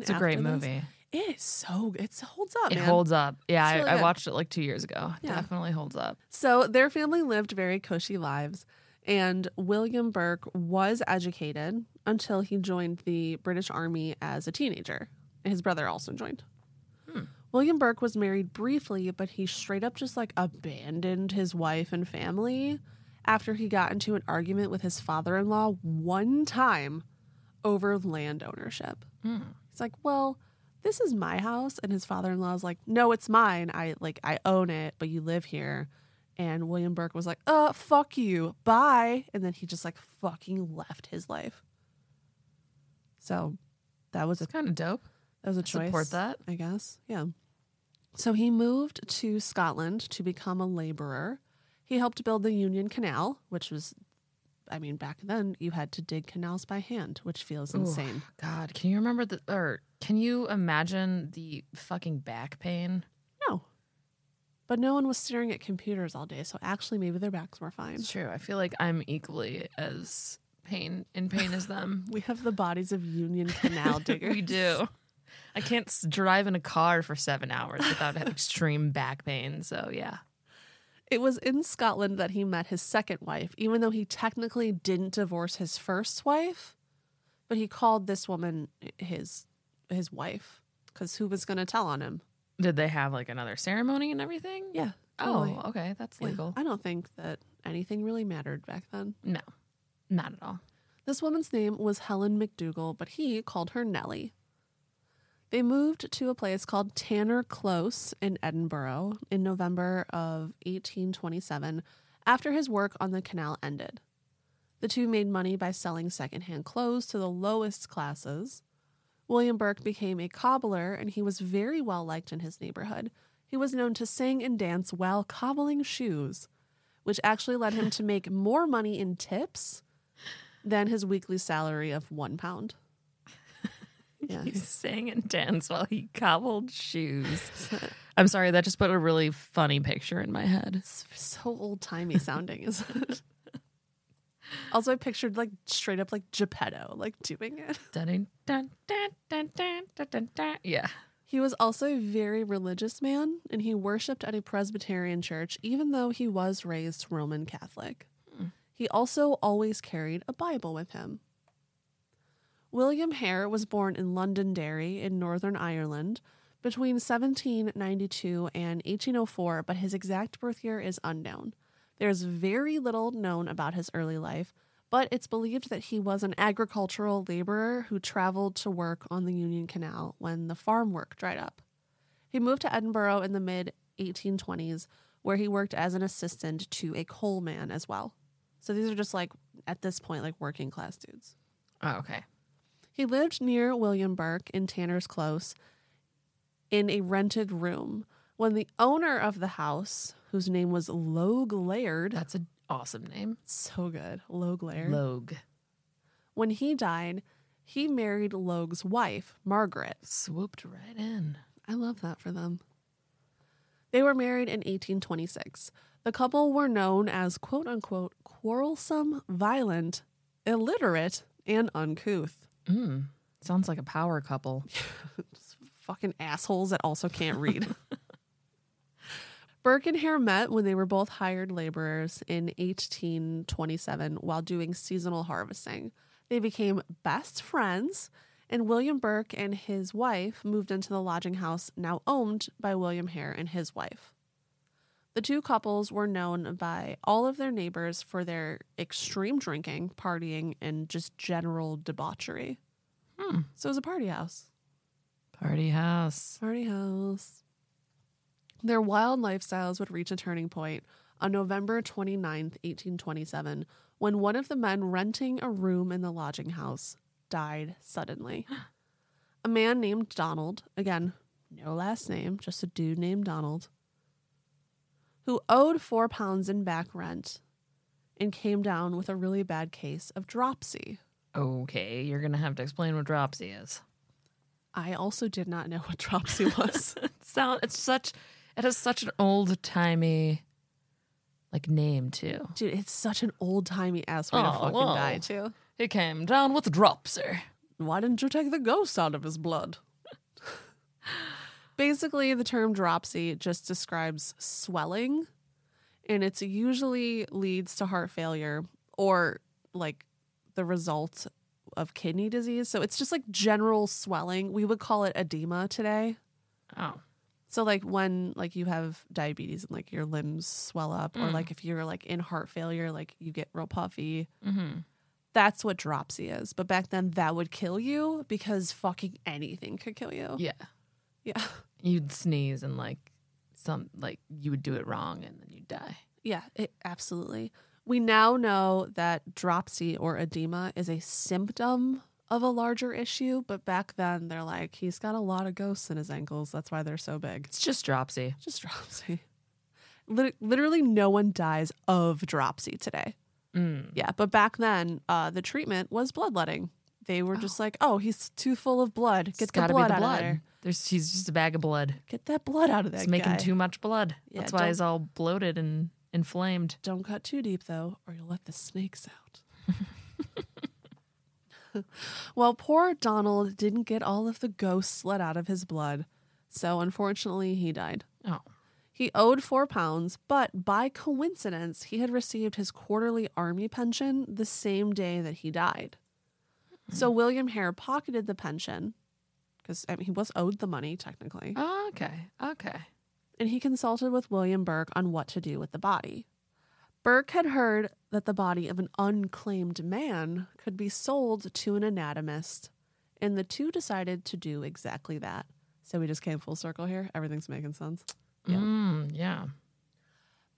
[SPEAKER 2] It's a great
[SPEAKER 3] after this.
[SPEAKER 2] movie.
[SPEAKER 3] it is so it holds up
[SPEAKER 2] It
[SPEAKER 3] man.
[SPEAKER 2] holds up. Yeah,
[SPEAKER 3] It's
[SPEAKER 2] I,
[SPEAKER 3] really
[SPEAKER 2] I
[SPEAKER 3] good.
[SPEAKER 2] watched it like two years ago. It
[SPEAKER 3] Yeah.
[SPEAKER 2] Definitely holds up.
[SPEAKER 3] So their family lived very cushy lives, and William Burke was educated until he joined the British Army as a teenager. And his brother also joined. William Burke was married briefly, but he straight up just like abandoned his wife and family after he got into an argument with his father in law one time over land ownership. He's like, Well, this is my house. And his father in law is like, No, it's mine. I like I own it, but you live here. And William Burke was like, Uh, fuck you. Bye. And then he just like fucking left his life. So that was a
[SPEAKER 2] It's kind of dope.
[SPEAKER 3] that was a
[SPEAKER 2] I
[SPEAKER 3] choice.
[SPEAKER 2] support that.
[SPEAKER 3] I guess. Yeah. So he moved to Scotland to become a laborer. He helped build the Union Canal, which was, I mean, back then you had to dig canals by hand, which feels
[SPEAKER 2] Ooh,
[SPEAKER 3] insane.
[SPEAKER 2] God, can you remember the or can you imagine the fucking back pain?
[SPEAKER 3] No. But no one was staring at computers all day, so actually maybe their backs were fine.
[SPEAKER 2] It's true. I feel like I'm equally as pain in pain as them.
[SPEAKER 3] We have the bodies of Union Canal diggers.
[SPEAKER 2] we do. I can't s- drive in a car for seven hours without having extreme back pain. So yeah,
[SPEAKER 3] It was in Scotland that he met his second wife, even though he technically didn't divorce his first wife, but he called this woman his his wife because who was going to tell on him?
[SPEAKER 2] did they have like another ceremony and everything?
[SPEAKER 3] Yeah. totally.
[SPEAKER 2] Oh, okay, that's
[SPEAKER 3] Yeah.
[SPEAKER 2] legal.
[SPEAKER 3] I don't think that anything really mattered back then.
[SPEAKER 2] No, not at all.
[SPEAKER 3] This woman's name was Helen McDougall, but he called her Nellie. They moved to a place called Tanner Close in Edinburgh in November of 1827 after his work on the canal ended. The two made money by selling secondhand clothes to the lowest classes. William Burke became a cobbler and he was very well liked in his neighborhood. He was known to sing and dance while cobbling shoes, which actually led him to make more money in tips than his weekly salary of one pound. Yeah.
[SPEAKER 2] He sang and danced while he cobbled shoes. I'm sorry, that just put a really funny picture in my head.
[SPEAKER 3] so old timey sounding, isn't it? also, I pictured like straight up like Geppetto like doing it.
[SPEAKER 2] Dun, dun, dun, dun, dun, dun, dun, dun. Yeah.
[SPEAKER 3] He was also a very religious man, and he worshipped at a Presbyterian church, even though he was raised Roman Catholic. He also always carried a Bible with him. William Hare was born in Londonderry in Northern Ireland between 1792 and 1804, but his exact birth year is unknown. There's very little known about his early life, but it's believed that he was an agricultural laborer who traveled to work on the Union Canal when the farm work dried up. He moved to Edinburgh in the mid 1820s, where he worked as an assistant to a coal man as well. So these are just like, at this point, like working class dudes.
[SPEAKER 2] Oh, okay.
[SPEAKER 3] He lived near William Burke in Tanner's Close in a rented room when the owner of the house, whose name was Logue Laird,
[SPEAKER 2] That's an awesome name.
[SPEAKER 3] so good, Logue Laird,
[SPEAKER 2] Logue.
[SPEAKER 3] when he died, He married Logue's wife, Margaret.
[SPEAKER 2] Swooped right in.
[SPEAKER 3] I love that for them. They were married in 1826. The couple were known as quote unquote quarrelsome, violent, illiterate, and uncouth.
[SPEAKER 2] Mm. Sounds like a power couple.
[SPEAKER 3] Just fucking assholes that also can't read. Burke and Hare met when they were both hired laborers in 1827 while doing seasonal harvesting. They became best friends, and William Burke and his wife moved into the lodging house now owned by William Hare and his wife. The two couples were known by all of their neighbors for their extreme drinking, partying, and just general debauchery.
[SPEAKER 2] Hmm.
[SPEAKER 3] So it was a party house.
[SPEAKER 2] Party house.
[SPEAKER 3] Party house. Their wild lifestyles would reach a turning point on November 29th, 1827, when one of the men renting a room in the lodging house died suddenly. A man named Donald, again, no last name, just a dude named Donald, who owed four pounds in back rent and came down with a really bad case of dropsy.
[SPEAKER 2] Okay, you're gonna have to explain what dropsy is.
[SPEAKER 3] I also did not know what dropsy was.
[SPEAKER 2] Sound it's such it has such an old timey like name too.
[SPEAKER 3] Dude, it's such an old timey ass way to
[SPEAKER 2] Oh,
[SPEAKER 3] fucking
[SPEAKER 2] whoa.
[SPEAKER 3] die, too.
[SPEAKER 2] He came down with dropsy.
[SPEAKER 3] Why didn't you take the ghost out of his blood? Basically, the term dropsy just describes swelling, and it's usually leads to heart failure or like the result of kidney disease. So it's just like general swelling. We would call it edema today.
[SPEAKER 2] Oh.
[SPEAKER 3] So like when like you have diabetes and like your limbs swell up, or like if you're like in heart failure, like you get real puffy.
[SPEAKER 2] Mm-hmm.
[SPEAKER 3] That's what dropsy is. But back then, that would kill you because fucking anything could kill you.
[SPEAKER 2] Yeah.
[SPEAKER 3] Yeah.
[SPEAKER 2] Oh. You'd sneeze and like some like you would do it wrong and then you'd die.
[SPEAKER 3] Yeah, it, absolutely. We now know that dropsy or edema is a symptom of a larger issue. But back then, they're like, he's got a lot of ghosts in his ankles. That's why they're so big.
[SPEAKER 2] It's just dropsy.
[SPEAKER 3] Just dropsy. Lit- Literally, no one dies of dropsy today.
[SPEAKER 2] Mm.
[SPEAKER 3] Yeah, but back then, uh, the treatment was bloodletting. They were just like, "Oh, he's too full of blood. Get
[SPEAKER 2] It's
[SPEAKER 3] the
[SPEAKER 2] gotta
[SPEAKER 3] blood
[SPEAKER 2] be the
[SPEAKER 3] out of
[SPEAKER 2] blood.
[SPEAKER 3] there.
[SPEAKER 2] There's he's just a bag of blood.
[SPEAKER 3] Get that blood out of that
[SPEAKER 2] It's making
[SPEAKER 3] guy.
[SPEAKER 2] too much blood.
[SPEAKER 3] Yeah,
[SPEAKER 2] That's why he's all bloated and inflamed.
[SPEAKER 3] Don't cut too deep though, or you'll let the snakes out. well, poor Donald didn't get all of the ghosts let out of his blood, so unfortunately he died.
[SPEAKER 2] Oh.
[SPEAKER 3] He owed four pounds, but by coincidence, he had received his quarterly army pension the same day that he died. So William Hare pocketed the pension because I mean, he was owed the money technically.
[SPEAKER 2] Oh, okay. Okay.
[SPEAKER 3] and he consulted with William Burke on what to do with the body. Burke had heard that the body of an unclaimed man could be sold to an anatomist, and the two decided to do exactly that. So we just came full circle here. Everything's making sense. Yeah.
[SPEAKER 2] Mm, yeah.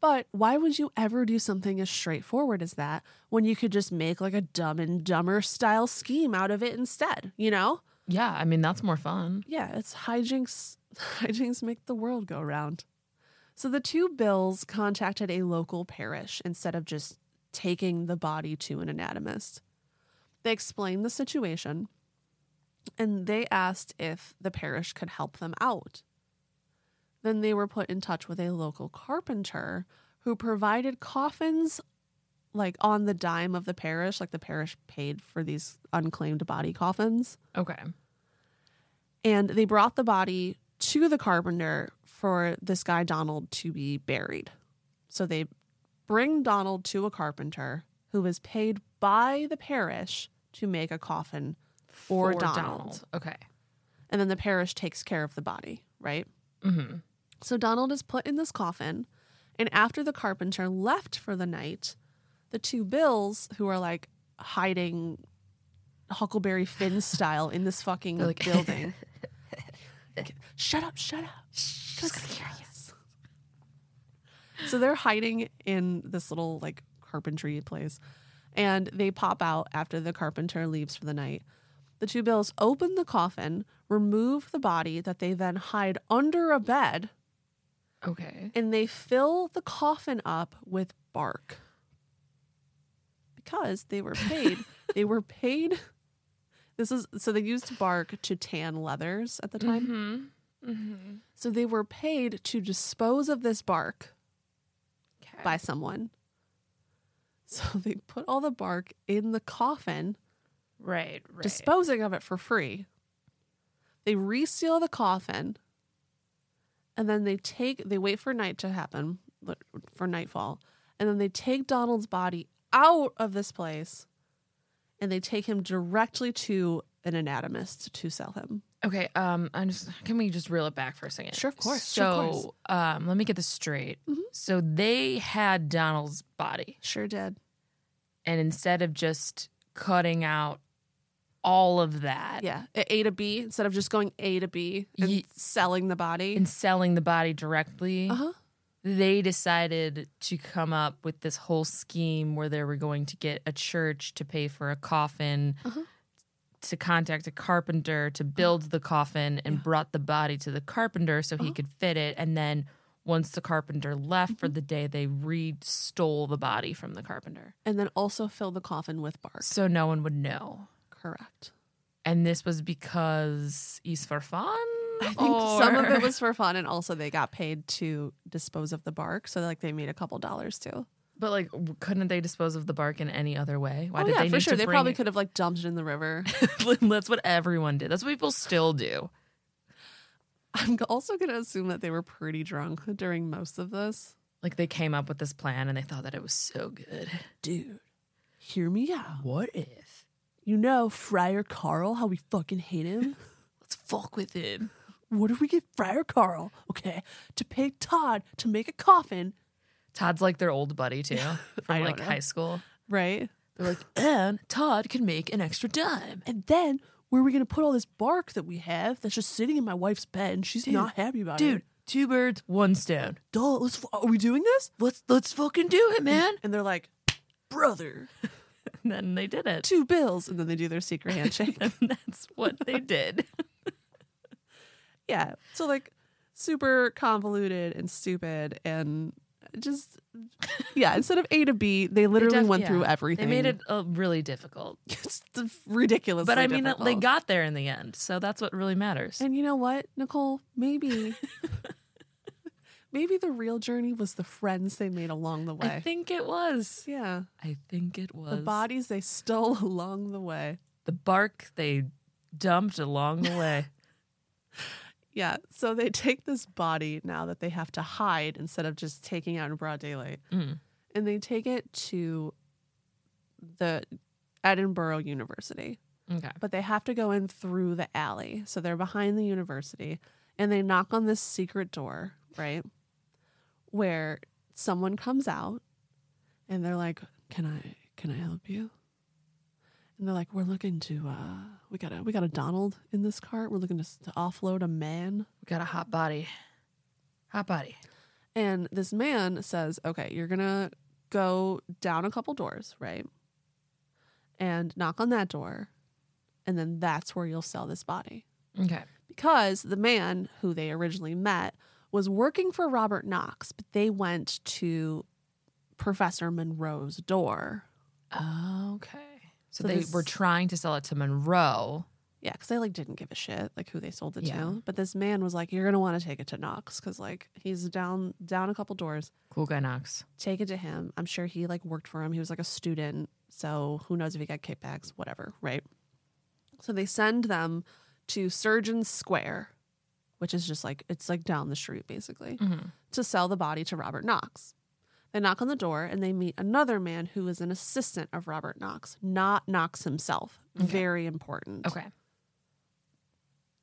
[SPEAKER 3] But why would you ever do something as straightforward as that when you could just make like a dumb and dumber style scheme out of it instead, you know?
[SPEAKER 2] Yeah, I mean that's more fun.
[SPEAKER 3] yeah, it's hijinks. Hijinks make the world go round. So the two bills contacted a local parish instead of just taking the body to an anatomist. They explained the situation and they asked if the parish could help them out. Then they were put in touch with a local carpenter who provided coffins like on the dime of the parish, like the parish paid for these unclaimed body coffins
[SPEAKER 2] Okay.
[SPEAKER 3] and they brought the body to the carpenter for this guy Donald to be buried. So they bring Donald to a carpenter who is paid by the parish to make a coffin for, Donald.
[SPEAKER 2] Okay.
[SPEAKER 3] And then the parish takes care of the body, right?
[SPEAKER 2] Mm-hmm.
[SPEAKER 3] So Donald is put in this coffin, and after the carpenter left for the night, the two Bills, who are like hiding Huckleberry Finn style in this fucking
[SPEAKER 2] like-
[SPEAKER 3] building, shut up, shut up, just curious. So they're hiding in this little like carpentry place, and they pop out after the carpenter leaves for the night. The two Bills open the coffin, remove the body that they then hide under a bed
[SPEAKER 2] Okay.
[SPEAKER 3] and they fill the coffin up with bark because they were paid they were paid This is so they used bark to tan leathers at the time.
[SPEAKER 2] Mm-hmm.
[SPEAKER 3] So they were paid to dispose of this bark
[SPEAKER 2] Okay.
[SPEAKER 3] by someone. So they put all the bark in the coffin,
[SPEAKER 2] Right, right.
[SPEAKER 3] disposing of it for free. They reseal the coffin, and then they take they wait for night to happen like, for nightfall, and then they take Donald's body out of this place, and they take him directly to an anatomist to sell him.
[SPEAKER 2] Okay, um, I'm just. Can we just reel it back for a second?
[SPEAKER 3] Sure, of course,
[SPEAKER 2] So,
[SPEAKER 3] sure, of course.
[SPEAKER 2] um, let me get this straight. So they had Donald's body,
[SPEAKER 3] Sure did.
[SPEAKER 2] and instead of just cutting out all of that
[SPEAKER 3] Yeah, A A to B instead of just going A to B and
[SPEAKER 2] Ye-
[SPEAKER 3] selling the body.
[SPEAKER 2] and selling the body directly,
[SPEAKER 3] Uh huh.
[SPEAKER 2] they decided to come up with this whole scheme where they were going to get a church to pay for a coffin.
[SPEAKER 3] Uh-huh.
[SPEAKER 2] To contact a carpenter
[SPEAKER 1] Uh-huh.
[SPEAKER 2] to build the coffin and brought the body to the carpenter so he
[SPEAKER 3] Uh-huh.
[SPEAKER 2] could fit it. And then once the carpenter left
[SPEAKER 1] Mm-hmm.
[SPEAKER 2] for the day, they re stole the body from the carpenter
[SPEAKER 3] And then also fill the coffin with bark.
[SPEAKER 2] so no one would know.
[SPEAKER 3] Correct.
[SPEAKER 2] And this was because is for fun?
[SPEAKER 3] I think some of it was for fun, and also they got paid to dispose of the bark, so like they made a couple dollars too.
[SPEAKER 2] But like, w- couldn't they dispose of the bark in any other way? Why
[SPEAKER 3] oh
[SPEAKER 2] did
[SPEAKER 3] yeah,
[SPEAKER 2] they
[SPEAKER 3] for
[SPEAKER 2] need
[SPEAKER 3] sure.
[SPEAKER 2] to
[SPEAKER 3] They
[SPEAKER 2] bring
[SPEAKER 3] probably
[SPEAKER 2] it-
[SPEAKER 3] could have like dumped it in the river.
[SPEAKER 2] That's what everyone did. That's what people still do.
[SPEAKER 3] I'm also gonna assume that they were pretty drunk during most of this.
[SPEAKER 2] Like they came up with this plan and they thought that it was so good.
[SPEAKER 3] Dude, hear me out.
[SPEAKER 2] What if?
[SPEAKER 3] You know Friar Carl, how we fucking hate him.
[SPEAKER 2] Let's fuck with it.
[SPEAKER 3] what if we get Friar Carl, okay, to pay Todd to make a coffin,
[SPEAKER 2] Todd's like their old buddy too,
[SPEAKER 3] I
[SPEAKER 2] from
[SPEAKER 3] don't
[SPEAKER 2] like
[SPEAKER 3] know.
[SPEAKER 2] high school.
[SPEAKER 3] right?
[SPEAKER 2] They're like, and Todd can make an extra dime.
[SPEAKER 3] And then where are we going to put all this bark that we have that's just sitting in my wife's bed and she's not happy about it?
[SPEAKER 1] Dude, two birds, one stone.
[SPEAKER 3] Dude, duh, let's, are we doing this?
[SPEAKER 1] Let's let's fucking do it, man.
[SPEAKER 3] And they're like, brother,
[SPEAKER 2] And then they did it.
[SPEAKER 3] two bills. And then they do their secret handshake.
[SPEAKER 2] And that's what they did.
[SPEAKER 3] yeah. So, like, super convoluted and stupid and just, yeah, instead of A to B, they literally
[SPEAKER 2] def-
[SPEAKER 3] went
[SPEAKER 2] yeah.
[SPEAKER 3] through
[SPEAKER 2] They
[SPEAKER 3] everything.
[SPEAKER 2] made it uh, really difficult.
[SPEAKER 3] it's ridiculous.
[SPEAKER 2] But I mean, uh, they got there in the end, so that's what really matters.
[SPEAKER 3] And you know what, Nicole? Maybe. Maybe the real journey was the friends they made along the way.
[SPEAKER 2] I think it was.
[SPEAKER 3] yeah.
[SPEAKER 2] I think it was
[SPEAKER 3] The bodies they stole along the way.
[SPEAKER 2] the bark they dumped along the way.
[SPEAKER 3] Yeah. So they take this body now that they have to hide instead of just taking out in broad daylight.
[SPEAKER 2] Mm.
[SPEAKER 3] And they take it to the Edinburgh University.
[SPEAKER 2] Okay.
[SPEAKER 3] But they have to go in through the alley. So they're behind the university and they knock on this secret door, right? Where someone comes out and they're like, "Can I can I help you?" And they're like, "We're looking to uh we got a we got a Donald in this cart. We're looking to, s- to offload a man."
[SPEAKER 2] We got a hot body. Hot body.
[SPEAKER 3] And this man says, okay, you're going to go down a couple doors, right? And knock on that door. And then that's where you'll sell this body.
[SPEAKER 2] Okay.
[SPEAKER 3] Because the man who they originally met was working for Robert Knox, but they went to Professor Monroe's door.
[SPEAKER 2] Okay. So,
[SPEAKER 3] So
[SPEAKER 2] they
[SPEAKER 3] this-
[SPEAKER 2] were trying to sell it to Monroe.
[SPEAKER 3] Yeah, because they like didn't give a shit like who they sold it
[SPEAKER 2] Yeah.
[SPEAKER 3] to. But this man was like, "You're gonna want to take it to Knox because like he's down down a couple doors.
[SPEAKER 2] Cool guy Knox.
[SPEAKER 3] take it to him. I'm sure he like worked for him. He was like a student, so who knows if he got kickbacks, whatever, right? So they send them to Surgeon Square, which is just like it's like down the street basically,
[SPEAKER 2] Mm-hmm.
[SPEAKER 3] to sell the body to Robert Knox. They knock on the door and they meet another man who is an assistant of Robert Knox, not Knox himself. Very important.
[SPEAKER 2] Okay.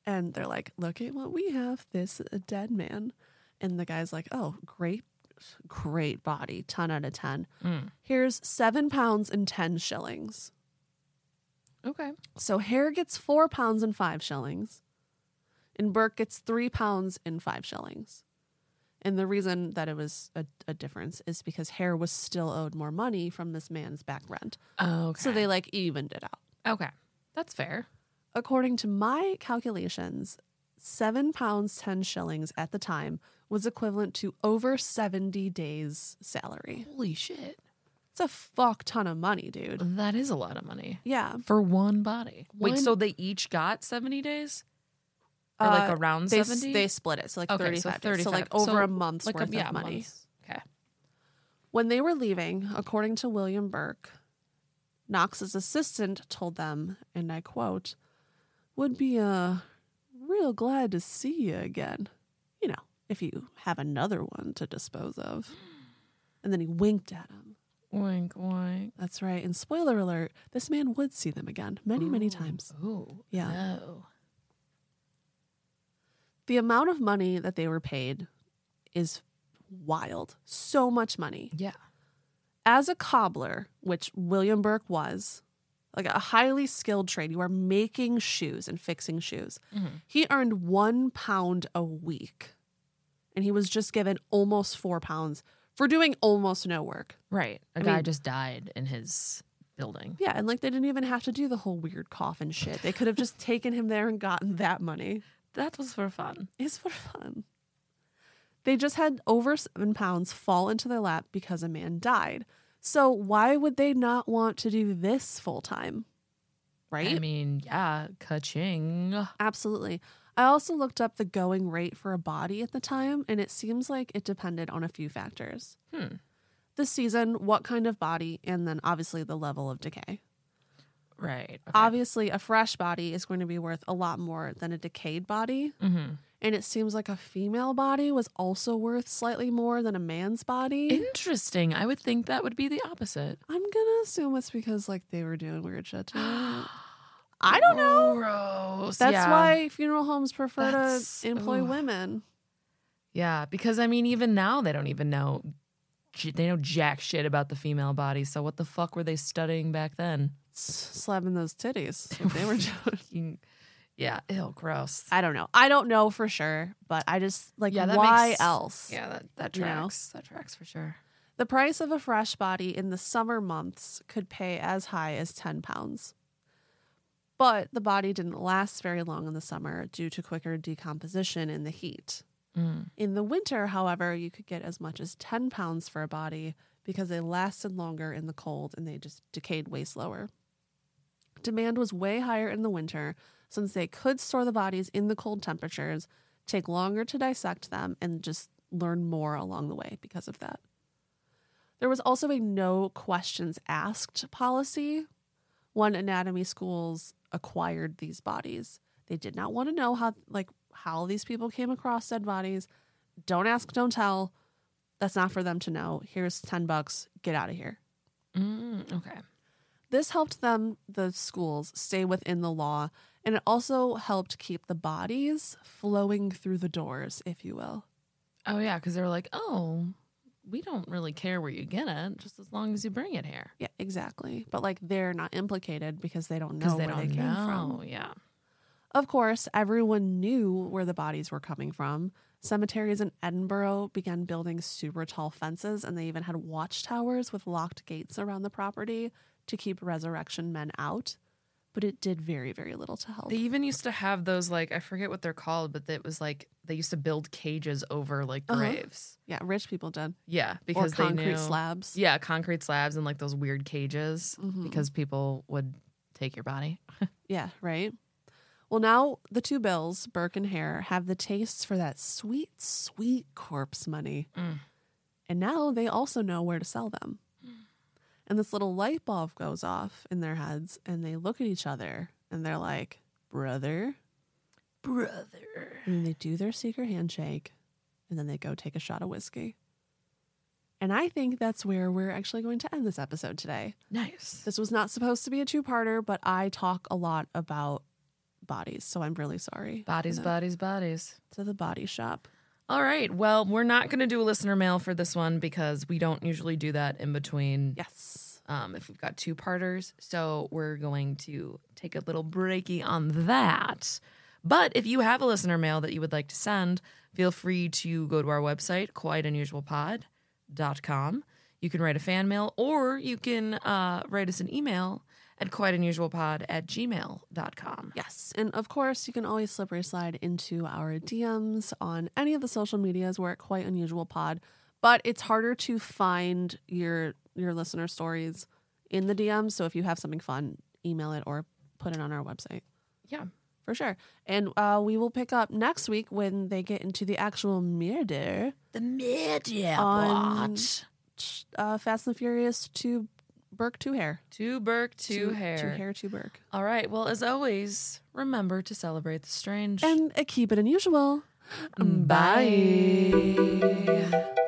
[SPEAKER 3] And they're like, look at what we have this a dead man. And the guy's like, oh, great, great body, 10 out of 10.
[SPEAKER 2] Mm.
[SPEAKER 3] Here's seven pounds and 10 shillings.
[SPEAKER 2] Okay.
[SPEAKER 3] So Hare gets four pounds and five shillings, and Burke gets three pounds and five shillings. And the reason that it was a, a difference is because Hare was still owed more money from this man's back rent.
[SPEAKER 2] Okay.
[SPEAKER 3] So they like evened it out.
[SPEAKER 2] Okay. That's fair.
[SPEAKER 3] According to my calculations, seven pounds, 10 shillings at the time was equivalent to over 70 days' salary.
[SPEAKER 2] Holy shit.
[SPEAKER 3] It's a fuck ton of money, dude.
[SPEAKER 2] That is a lot of money
[SPEAKER 3] Yeah.
[SPEAKER 2] for one body.
[SPEAKER 3] One-
[SPEAKER 2] Wait, so they each got 70 days? Or like
[SPEAKER 3] Uh,
[SPEAKER 2] around
[SPEAKER 3] They,
[SPEAKER 2] 70?
[SPEAKER 3] they split it. So like
[SPEAKER 2] Okay,
[SPEAKER 3] 35
[SPEAKER 2] so
[SPEAKER 3] days. So
[SPEAKER 2] 35.
[SPEAKER 3] like over
[SPEAKER 2] So,
[SPEAKER 3] a month's
[SPEAKER 2] like a-
[SPEAKER 3] worth
[SPEAKER 2] yeah,
[SPEAKER 3] of money.
[SPEAKER 2] months. Okay.
[SPEAKER 3] When they were leaving, according to William Burke, Knox's assistant told them, and I quote, would be uh, real glad to see you again. You know, if you have another one to dispose of. And then he winked at him.
[SPEAKER 2] Wink, wink.
[SPEAKER 3] That's right. And spoiler alert, this man would see them again many,
[SPEAKER 2] Oh.
[SPEAKER 3] many times.
[SPEAKER 2] Ooh.
[SPEAKER 3] Yeah.
[SPEAKER 2] No.
[SPEAKER 3] The amount of money that they were paid is wild. So much money.
[SPEAKER 2] Yeah.
[SPEAKER 3] as a cobbler, which William Burke was, like a highly skilled trade, you are making shoes and fixing shoes. He earned one pound a week, and he was just given almost four pounds for doing almost no work.
[SPEAKER 2] Right. A
[SPEAKER 3] I
[SPEAKER 2] guy
[SPEAKER 3] mean-
[SPEAKER 2] just died in his building.
[SPEAKER 3] Yeah, and like they didn't even have to do the whole weird coffin shit. They could have just taken him there and gotten that money.
[SPEAKER 2] That was for fun.
[SPEAKER 3] It's for fun. They just had over seven pounds fall into their lap because a man died. So why would they not want to do this full time? Right?
[SPEAKER 2] I mean, yeah, ka-ching.
[SPEAKER 3] Absolutely. I also looked up the going rate for a body at the time, and it seems like it depended on a few factors.
[SPEAKER 2] Hmm.
[SPEAKER 3] The season, what kind of body, and then obviously the level of decay.
[SPEAKER 2] Right.
[SPEAKER 3] Obviously, a fresh body is going to be worth a lot more than a decayed body.
[SPEAKER 2] hmm
[SPEAKER 3] And it seems like a female body was also worth slightly more than a man's body.
[SPEAKER 2] Interesting. I would think that would be the opposite.
[SPEAKER 3] I'm gonna assume it's because like they were doing weird shit. To it. I don't know.
[SPEAKER 2] Gross.
[SPEAKER 3] That's
[SPEAKER 2] yeah.
[SPEAKER 3] why funeral homes prefer
[SPEAKER 2] That's-
[SPEAKER 3] to employ
[SPEAKER 2] ugh.
[SPEAKER 3] women.
[SPEAKER 2] Yeah, because I mean, even now they don't even know. j- They know jack shit about the female body. So what the fuck were they studying back then?
[SPEAKER 3] S- Slapping those titties. That's what they were doing.
[SPEAKER 2] Fucking- Yeah. Ew. Gross.
[SPEAKER 3] I don't know. I don't know for sure, but I just like
[SPEAKER 2] Yeah, that
[SPEAKER 3] why
[SPEAKER 2] makes-
[SPEAKER 3] else?
[SPEAKER 2] Yeah. That that
[SPEAKER 3] You know?
[SPEAKER 2] tracks. That tracks for sure.
[SPEAKER 3] The price of a fresh body in the summer months could pay as high as 10 pounds. But the body didn't last very long in the summer due to quicker decomposition in the heat.
[SPEAKER 2] Mm.
[SPEAKER 3] In the winter, however, you could get as much as 10 pounds for a body because they lasted longer in the cold and they just decayed way slower. Demand was way higher in the winter since they could store the bodies in the cold temperatures, take longer to dissect them, and just learn more along the way because of that. There was also a no questions asked policy when anatomy schools acquired these bodies. They did not want to know how like how these people came across dead bodies. Don't ask, don't tell. That's not for them to know. Here's 10 bucks. Get out of here.
[SPEAKER 2] Mm, okay.
[SPEAKER 3] This helped them the schools stay within the law and it also helped keep the bodies flowing through the doors, if you will.
[SPEAKER 2] Oh yeah, because they were like, oh, we don't really care where you get it, just as long as you bring it here.
[SPEAKER 3] Yeah, exactly. But like they're not implicated because they don't know
[SPEAKER 2] Because
[SPEAKER 3] where
[SPEAKER 2] they don't
[SPEAKER 3] they came from.
[SPEAKER 2] know. Yeah.
[SPEAKER 3] Of course, everyone knew where the bodies were coming from. Cemeteries in Edinburgh began building super tall fences, and they even had watchtowers with locked gates around the property to keep resurrection men out. But it did very, very little to help.
[SPEAKER 2] They even used to have those like I forget what they're called, but it was like they used to build cages over like
[SPEAKER 3] Uh-huh.
[SPEAKER 2] graves.
[SPEAKER 3] yeah, rich people did.
[SPEAKER 2] Yeah,
[SPEAKER 3] Or
[SPEAKER 2] because
[SPEAKER 3] concrete
[SPEAKER 2] they knew.
[SPEAKER 3] slabs.
[SPEAKER 2] Yeah, concrete slabs and like those weird cages
[SPEAKER 3] Mhm.
[SPEAKER 2] because people would take your body.
[SPEAKER 3] Yeah, right? Well, now the two Bills, Burke and Hare, have the tastes for that sweet, sweet corpse money.
[SPEAKER 2] Mm.
[SPEAKER 3] And now they also know where to sell them. And this little light bulb goes off in their heads, and they look at each other and they're like, brother.
[SPEAKER 2] Brother.
[SPEAKER 3] And then they do their secret handshake, and then they go take a shot of whiskey. And I think that's where we're actually going to end this episode today.
[SPEAKER 2] Nice.
[SPEAKER 3] This was not supposed to be a two parter, but I talk a lot about bodies, so I'm really sorry.
[SPEAKER 2] Bodies,
[SPEAKER 3] No.
[SPEAKER 2] bodies, bodies.
[SPEAKER 3] To the body shop.
[SPEAKER 2] All right. Well, we're not going to do a listener mail for this one because we don't usually do that in between
[SPEAKER 3] Yes.
[SPEAKER 2] um, if we've got two parters. So we're going to take a little breaky on that. But if you have a listener mail that you would like to send, feel free to go to our website, quiteunusualpod.com. You can write a fan mail or you can uh, write us an email at quiteunusualpod at gmail.com.
[SPEAKER 3] Yes. And of course, you can always slippery slide into our DMs on any of the social medias. We're at Quite Unusual Pod, but it's harder to find your your listener stories in the DMs. So if you have something fun, email it or put it on our website
[SPEAKER 2] Yeah.
[SPEAKER 3] for sure. And uh, we will pick up next week when they get into the actual murder.
[SPEAKER 1] The media
[SPEAKER 3] On- Uh, Fast and Furious to Burke to Hair.
[SPEAKER 2] Two Burke, two, hair.
[SPEAKER 3] To Hair to Burke.
[SPEAKER 2] All right. Well, as always, remember to celebrate the strange.
[SPEAKER 3] And uh, keep it unusual.
[SPEAKER 2] Bye.